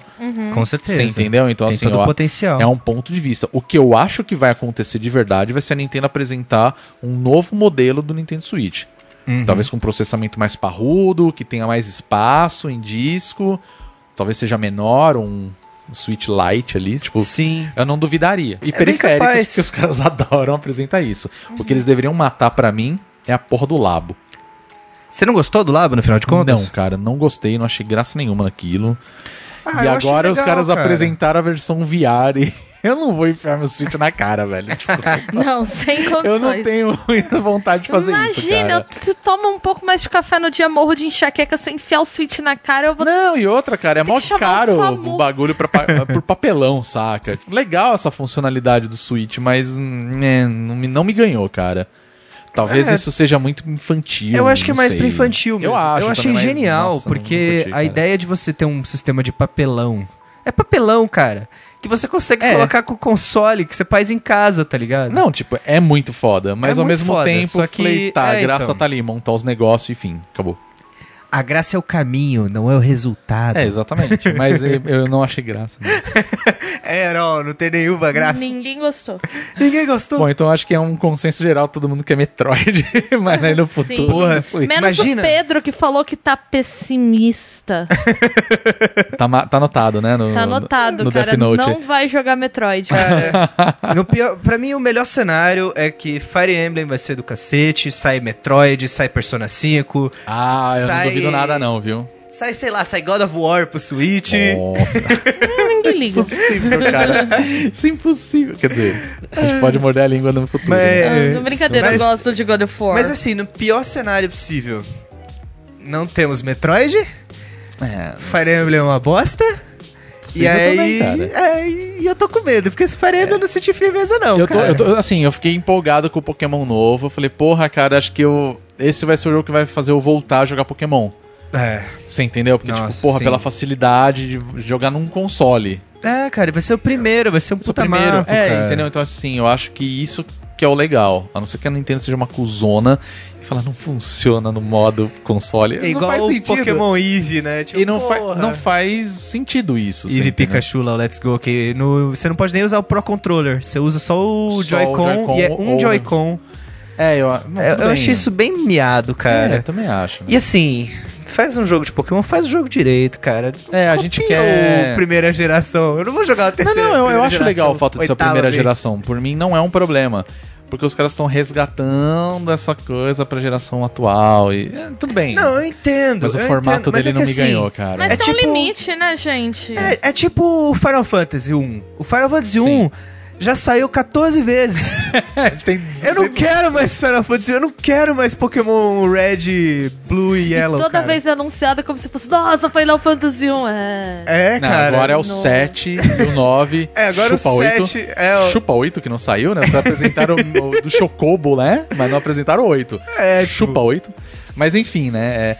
[SPEAKER 8] Com
[SPEAKER 5] Você
[SPEAKER 8] certeza.
[SPEAKER 5] entendeu? Então,
[SPEAKER 8] Tem
[SPEAKER 5] assim,
[SPEAKER 8] todo
[SPEAKER 5] eu
[SPEAKER 8] o
[SPEAKER 5] a-
[SPEAKER 8] potencial.
[SPEAKER 5] é um ponto de vista. O que eu acho que vai acontecer de verdade vai ser a Nintendo apresentar um novo modelo do Nintendo Switch.
[SPEAKER 8] Uhum.
[SPEAKER 5] Talvez com um processamento mais parrudo, que tenha mais espaço em disco, talvez seja menor, um Switch Lite ali, tipo,
[SPEAKER 8] Sim.
[SPEAKER 5] eu não duvidaria. E
[SPEAKER 8] É bem capaz. Uhum.
[SPEAKER 5] periféricos que os caras adoram apresentar isso. O que eles deveriam matar pra mim é a porra do labo.
[SPEAKER 8] Você não gostou do Labo, no final de
[SPEAKER 5] Não,
[SPEAKER 8] contas?
[SPEAKER 5] cara, não gostei, não achei graça nenhuma naquilo
[SPEAKER 8] Ah,
[SPEAKER 5] e
[SPEAKER 8] eu achei
[SPEAKER 5] agora os
[SPEAKER 8] legal,
[SPEAKER 5] caras
[SPEAKER 8] cara.
[SPEAKER 5] apresentaram a versão VR e eu não vou enfiar meu Switch na cara, velho. Desculpa.
[SPEAKER 6] Não, sem condições.
[SPEAKER 5] eu não tenho muita vontade de fazer
[SPEAKER 6] Imagina,
[SPEAKER 5] isso, cara.
[SPEAKER 6] eu t- tomo um pouco mais de café no dia, morro de enxaqueca, se enfiar o switch na cara, eu vou...
[SPEAKER 5] Não, e outra, cara, é
[SPEAKER 6] Tem
[SPEAKER 5] mó
[SPEAKER 6] que chamar
[SPEAKER 5] caro
[SPEAKER 6] o
[SPEAKER 5] o
[SPEAKER 6] SAMU.
[SPEAKER 5] bagulho pra, pa- pro papelão, saca? Legal essa funcionalidade do Switch, mas né, não, me, não me ganhou, cara. Talvez
[SPEAKER 8] É.
[SPEAKER 5] isso seja muito infantil.
[SPEAKER 8] Eu acho que é
[SPEAKER 5] não
[SPEAKER 8] mais
[SPEAKER 5] sei.
[SPEAKER 8] pra infantil mesmo.
[SPEAKER 5] Eu acho.
[SPEAKER 8] Eu achei
[SPEAKER 5] também, mas,
[SPEAKER 8] genial,
[SPEAKER 5] nossa, não
[SPEAKER 8] porque
[SPEAKER 5] curti,
[SPEAKER 8] a
[SPEAKER 5] cara.
[SPEAKER 8] ideia de você ter um sistema de papelão. É papelão, cara. Que você consegue
[SPEAKER 5] É.
[SPEAKER 8] colocar com o console que você faz em casa, tá ligado?
[SPEAKER 5] Não, tipo, é muito foda, mas ao
[SPEAKER 8] muito
[SPEAKER 5] mesmo
[SPEAKER 8] foda,
[SPEAKER 5] tempo,
[SPEAKER 8] só que-
[SPEAKER 5] fleitar,
[SPEAKER 8] é,
[SPEAKER 5] a graça
[SPEAKER 8] então.
[SPEAKER 5] tá ali, montar os negócios, enfim, acabou.
[SPEAKER 8] A graça é o caminho, não é o resultado.
[SPEAKER 5] É, exatamente. Mas eu, eu não achei graça. né?
[SPEAKER 8] É, não, não tem nenhuma
[SPEAKER 6] Ninguém gostou.
[SPEAKER 8] Ninguém gostou.
[SPEAKER 5] Bom, então acho que é um consenso geral, todo mundo quer Metroid, mas aí no futuro. né?
[SPEAKER 6] Porra,
[SPEAKER 5] isso aí.
[SPEAKER 6] Menos
[SPEAKER 8] imagina.
[SPEAKER 6] o Pedro que falou que tá pessimista.
[SPEAKER 5] Tá, ma- tá anotado, né? No,
[SPEAKER 6] Tá anotado,
[SPEAKER 5] no
[SPEAKER 6] cara.
[SPEAKER 5] Death Note. É.
[SPEAKER 6] Não vai jogar Metroid.
[SPEAKER 8] No pior, pra mim, o melhor cenário é que Fire Emblem vai ser do cacete, sai Metroid, sai Persona 5,
[SPEAKER 5] Ah, eu
[SPEAKER 8] Sai-
[SPEAKER 5] não duvido nada, não, viu?
[SPEAKER 8] sai, sei lá, sai God of War pro Switch.
[SPEAKER 5] Nossa,
[SPEAKER 6] Ninguém liga.
[SPEAKER 5] é impossível, cara. Isso é impossível. Quer dizer, a gente pode morder a língua no futuro.
[SPEAKER 8] Mas-
[SPEAKER 5] né?
[SPEAKER 6] Ah, não, brincadeira,
[SPEAKER 8] Mas-
[SPEAKER 6] eu gosto de God of War.
[SPEAKER 8] Mas assim, no pior cenário possível, não temos Metroid, Fire Emblem é uma bosta. E
[SPEAKER 5] Possível também,
[SPEAKER 8] aí,
[SPEAKER 5] cara.
[SPEAKER 8] é, e eu tô com medo, porque esse Fire Emblem É. eu não senti firmeza, não.
[SPEAKER 5] eu, tô,
[SPEAKER 8] cara.
[SPEAKER 5] eu tô- assim, eu fiquei empolgado com o Pokémon novo. Eu falei, porra, cara, acho que eu. Esse vai ser o jogo que vai fazer eu voltar a jogar Pokémon.
[SPEAKER 8] É.
[SPEAKER 5] Você entendeu? Porque,
[SPEAKER 8] Nossa,
[SPEAKER 5] tipo, porra,
[SPEAKER 8] sim.
[SPEAKER 5] pela facilidade de jogar num console.
[SPEAKER 8] É, cara, vai ser o primeiro, vai ser um
[SPEAKER 5] Sou
[SPEAKER 8] puta
[SPEAKER 5] primeiro.
[SPEAKER 8] marco,
[SPEAKER 5] é,
[SPEAKER 8] cara.
[SPEAKER 5] entendeu? Então, assim, eu acho que isso que é o legal. A não ser que a Nintendo seja uma cuzona e falar, não funciona no modo console.
[SPEAKER 8] É igual
[SPEAKER 5] não faz
[SPEAKER 8] o
[SPEAKER 5] sentido.
[SPEAKER 8] Pokémon Eevee, né? Tipo,
[SPEAKER 5] E não, fa-
[SPEAKER 8] porra.
[SPEAKER 5] não faz sentido isso.
[SPEAKER 8] Eevee
[SPEAKER 5] você entendeu?
[SPEAKER 8] Pikachu lá, Let's Go, que no, você não pode nem usar o Pro Controller, você usa
[SPEAKER 5] Só
[SPEAKER 8] só o
[SPEAKER 5] o
[SPEAKER 8] Joy-Con
[SPEAKER 5] Joy-Con
[SPEAKER 8] e é um
[SPEAKER 5] ou-
[SPEAKER 8] Joy-Con.
[SPEAKER 5] É, eu, não,
[SPEAKER 8] É, Eu,
[SPEAKER 5] tudo bem.
[SPEAKER 8] achei isso bem miado, cara.
[SPEAKER 5] É, eu também acho.
[SPEAKER 8] E assim, faz um jogo de Pokémon, faz o jogo direito, cara.
[SPEAKER 5] É, a gente
[SPEAKER 8] Copia
[SPEAKER 5] quer-
[SPEAKER 8] o primeira geração. Eu não vou jogar o
[SPEAKER 5] Não,
[SPEAKER 8] terceiro.
[SPEAKER 5] não, eu, eu acho legal o fato de ser a primeira geração. Por mim, não é um problema. Porque os caras estão resgatando essa coisa pra geração atual. E, é, tudo bem.
[SPEAKER 8] Não, eu entendo.
[SPEAKER 5] mas o
[SPEAKER 8] eu
[SPEAKER 5] formato
[SPEAKER 8] entendo, mas
[SPEAKER 5] dele
[SPEAKER 8] é que
[SPEAKER 5] não me
[SPEAKER 8] assim,
[SPEAKER 5] ganhou, cara.
[SPEAKER 6] Mas
[SPEAKER 8] É
[SPEAKER 6] tem
[SPEAKER 8] tipo-
[SPEAKER 6] um limite, né, gente?
[SPEAKER 8] É, é tipo o Final Fantasy 1. O Final Fantasy
[SPEAKER 5] Sim.
[SPEAKER 8] 1 já saiu 14 vezes.
[SPEAKER 5] Tem-
[SPEAKER 8] eu não quero mais Final Fantasy, eu não quero mais Pokémon Red, Blue e Yellow.
[SPEAKER 6] Toda
[SPEAKER 8] cara.
[SPEAKER 6] vez é anunciada como se fosse, nossa, Final Fantasy 1. É.
[SPEAKER 8] É,
[SPEAKER 5] Não,
[SPEAKER 8] cara.
[SPEAKER 5] agora é o
[SPEAKER 6] não.
[SPEAKER 5] 7 e o 9.
[SPEAKER 8] É, agora
[SPEAKER 5] chupa
[SPEAKER 8] o
[SPEAKER 5] oito.
[SPEAKER 8] 7 é o.
[SPEAKER 5] Chupa 8 que não saiu, né? Pra apresentar o, o do Chocobo, né? Mas não apresentaram 8.
[SPEAKER 8] É, tipo-
[SPEAKER 5] Chupa 8. Mas enfim, né? é,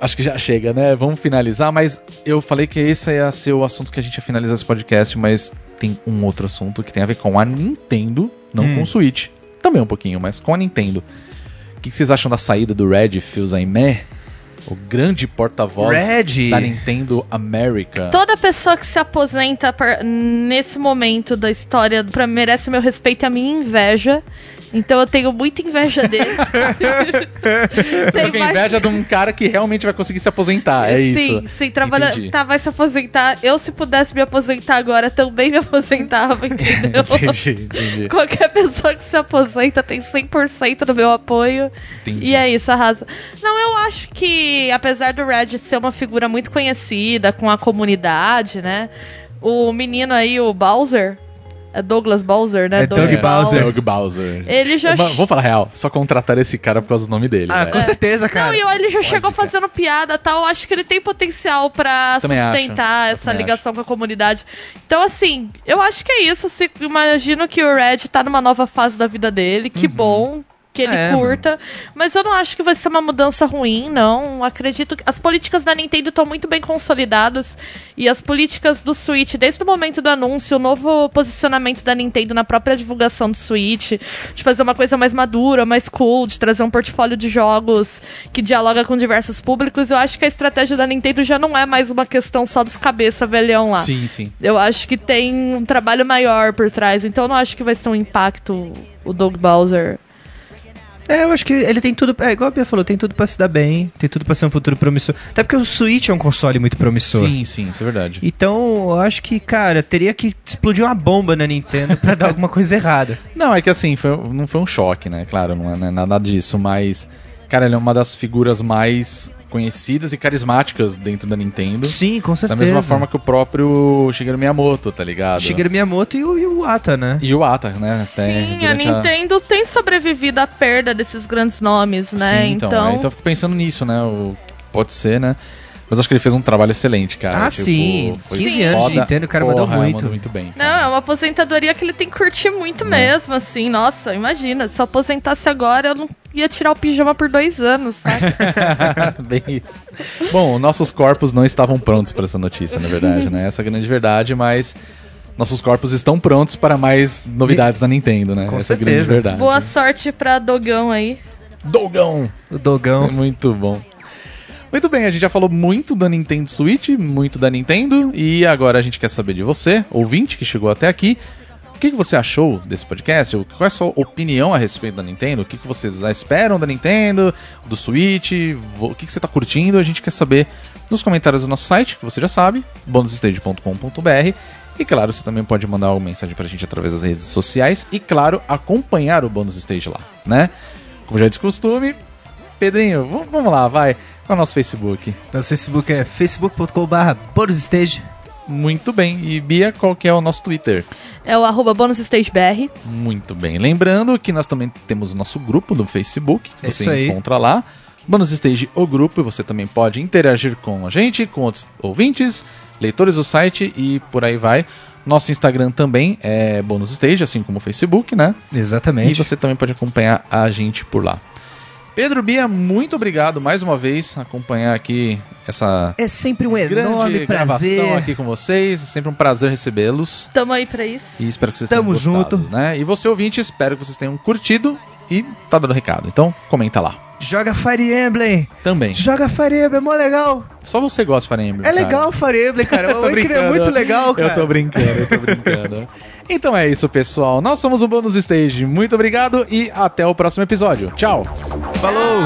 [SPEAKER 5] acho que já chega, né? Vamos finalizar, mas eu falei que esse ia ser o assunto que a gente ia finalizar esse podcast, mas tem um outro assunto que tem a ver com a Nintendo, não
[SPEAKER 8] Hum.
[SPEAKER 5] com o Switch. Também um pouquinho, mas com a Nintendo. O que vocês acham da saída do Red Phil Aimé? O grande porta-voz
[SPEAKER 8] Red.
[SPEAKER 5] da Nintendo América.
[SPEAKER 6] Toda pessoa que se aposenta par- nesse momento da história pra- merece meu respeito e a minha inveja. Então eu tenho muita inveja dele.
[SPEAKER 5] Você tá com inveja de um cara que realmente vai conseguir se aposentar, é
[SPEAKER 6] sim,
[SPEAKER 5] isso.
[SPEAKER 6] sim, trabalha,
[SPEAKER 5] Entendi.
[SPEAKER 6] tá, vai se aposentar. Eu, se pudesse me aposentar agora, também me aposentava, entendeu?
[SPEAKER 5] Entendi, entendi.
[SPEAKER 6] Qualquer pessoa que se aposenta tem 100% do meu apoio.
[SPEAKER 5] Entendi.
[SPEAKER 6] E é isso, arrasa. Não, eu acho que, apesar do Red ser uma figura muito conhecida com a comunidade, né? O menino aí, o Bowser. É Douglas Bowser, né?
[SPEAKER 8] É Doug Bowser.
[SPEAKER 5] Doug Bowser.
[SPEAKER 6] Ele já.
[SPEAKER 5] Mas vamos falar real, só contrataram esse cara por causa do nome dele.
[SPEAKER 8] Ah,
[SPEAKER 5] né?
[SPEAKER 8] com certeza, cara.
[SPEAKER 6] Não, e ele já chegou fazendo piada e tal. Acho que ele tem potencial pra
[SPEAKER 5] Também acho.
[SPEAKER 6] sustentar
[SPEAKER 5] Eu
[SPEAKER 6] essa
[SPEAKER 5] também
[SPEAKER 6] ligação com a comunidade. Então, assim,
[SPEAKER 5] Uhum.
[SPEAKER 6] eu acho que é isso. Se- imagino que o Red tá numa nova fase da vida dele. Que bom. que ele
[SPEAKER 8] É,
[SPEAKER 6] curta. Mas eu não acho que vai ser uma mudança ruim, não. Acredito que as políticas da Nintendo estão muito bem consolidadas. E as políticas do Switch, desde o momento do anúncio, o novo posicionamento da Nintendo na própria divulgação do Switch, de fazer uma coisa mais madura, mais cool, de trazer um portfólio de jogos que dialoga com diversos públicos, eu acho que a estratégia da Nintendo já não é mais uma questão só dos cabeça velhão lá.
[SPEAKER 5] Sim, sim.
[SPEAKER 6] Eu acho que tem um trabalho maior por trás, então eu não acho que vai ser um impacto o Doug Bowser.
[SPEAKER 8] É, eu acho que ele tem tudo. É, igual a Bia falou, tem tudo pra se dar bem, tem tudo pra ser um futuro promissor. Até porque o Switch é um console muito promissor.
[SPEAKER 5] Sim, sim, isso é verdade.
[SPEAKER 8] Então, eu acho que, cara, teria que explodir uma bomba na Nintendo pra dar alguma coisa errada.
[SPEAKER 5] Não, é que assim, foi- não foi um choque, né? Claro, não é, não é nada disso, mas. Cara, ele é uma das figuras mais conhecidas e carismáticas dentro da Nintendo.
[SPEAKER 8] Sim, com
[SPEAKER 5] Da
[SPEAKER 8] certeza.
[SPEAKER 5] mesma forma que o próprio Shigeru Miyamoto, tá ligado?
[SPEAKER 8] Shigeru Miyamoto e o, e o Ata, né?
[SPEAKER 5] E o Ata, né? Até
[SPEAKER 6] Sim, a
[SPEAKER 5] durante
[SPEAKER 6] Nintendo tem sobrevivido à perda desses grandes nomes, né?
[SPEAKER 5] Sim, então.
[SPEAKER 6] então,
[SPEAKER 5] é, então eu fico pensando nisso, né? O que pode ser, né? Mas acho que ele fez um trabalho excelente, cara. Tipo,
[SPEAKER 8] Ah, sim. 15 anos de Nintendo, o cara mandou
[SPEAKER 5] Porra,
[SPEAKER 8] muito.
[SPEAKER 5] mandou muito bem.
[SPEAKER 6] Não, é uma aposentadoria que ele tem que curtir muito mesmo, assim. Nossa, imagina, se eu aposentasse agora, eu não ia tirar o pijama por dois anos, tá? sabe?
[SPEAKER 5] Bem isso. Bom, nossos corpos não estavam prontos para essa notícia, na verdade, né? Essa é a grande verdade, mas nossos corpos estão prontos para mais novidades da Nintendo, né?
[SPEAKER 8] Com
[SPEAKER 5] essa é a grande
[SPEAKER 8] certeza.
[SPEAKER 5] verdade.
[SPEAKER 6] Boa sorte pra Dogão aí.
[SPEAKER 5] Dogão!
[SPEAKER 8] O Dogão.
[SPEAKER 5] É Muito bom. Muito bem, a gente já falou muito da Nintendo Switch, muito da Nintendo, e agora a gente quer saber de você, ouvinte que chegou até aqui. O que, que você achou desse podcast? Ou Qual é a sua opinião a respeito da Nintendo? O que, que vocês esperam da Nintendo, do Switch? Vo- O que, que você está curtindo? A gente quer saber nos comentários do nosso site, que você já sabe, bonusstage.com.br. E claro, você também pode mandar uma mensagem pra gente através das redes sociais. E claro, acompanhar o Bonus Stage lá, né? Como já é de costume, Pedrinho, v- vamos lá, vai. Qual é o nosso Facebook?
[SPEAKER 8] Nosso Facebook é facebook.com.br bonusstage.
[SPEAKER 5] Muito bem. E Bia, qual que é o nosso Twitter?
[SPEAKER 6] É o arroba bonusstagebr.
[SPEAKER 5] Muito bem. Lembrando que nós também temos o nosso grupo no Facebook, que
[SPEAKER 8] É
[SPEAKER 5] você
[SPEAKER 8] isso aí.
[SPEAKER 5] encontra lá. Bonus Stage, o grupo, e você também pode interagir com a gente, com outros ouvintes, leitores do site e por aí vai. Nosso Instagram também é Bonus Stage, assim como o Facebook, né? E
[SPEAKER 8] Exatamente.
[SPEAKER 5] você também pode acompanhar a gente por lá. Pedro Bia, muito obrigado mais uma vez acompanhar aqui essa
[SPEAKER 8] É sempre um
[SPEAKER 5] grande
[SPEAKER 8] enorme
[SPEAKER 5] gravação
[SPEAKER 8] prazer.
[SPEAKER 5] aqui com vocês. É sempre um prazer recebê-los.
[SPEAKER 6] Tamo aí pra isso.
[SPEAKER 5] E espero que vocês
[SPEAKER 8] Tamo
[SPEAKER 5] tenham gostado,
[SPEAKER 8] junto.
[SPEAKER 5] né? E você, ouvinte, espero que vocês tenham curtido e tá dando recado. Então, comenta lá.
[SPEAKER 8] Joga Fire Emblem.
[SPEAKER 5] Também.
[SPEAKER 8] Joga Fire Emblem, é mó legal.
[SPEAKER 5] Só você gosta de Fire Emblem,
[SPEAKER 8] É
[SPEAKER 5] cara.
[SPEAKER 8] legal Fire Emblem, cara.
[SPEAKER 5] Eu
[SPEAKER 8] O
[SPEAKER 5] tô
[SPEAKER 8] Wicker
[SPEAKER 5] brincando.
[SPEAKER 8] é muito legal, cara.
[SPEAKER 5] Eu tô brincando, eu tô brincando. então é isso, pessoal. Nós somos o Bônus Stage. Muito obrigado e até o próximo episódio. Tchau!
[SPEAKER 8] Falou!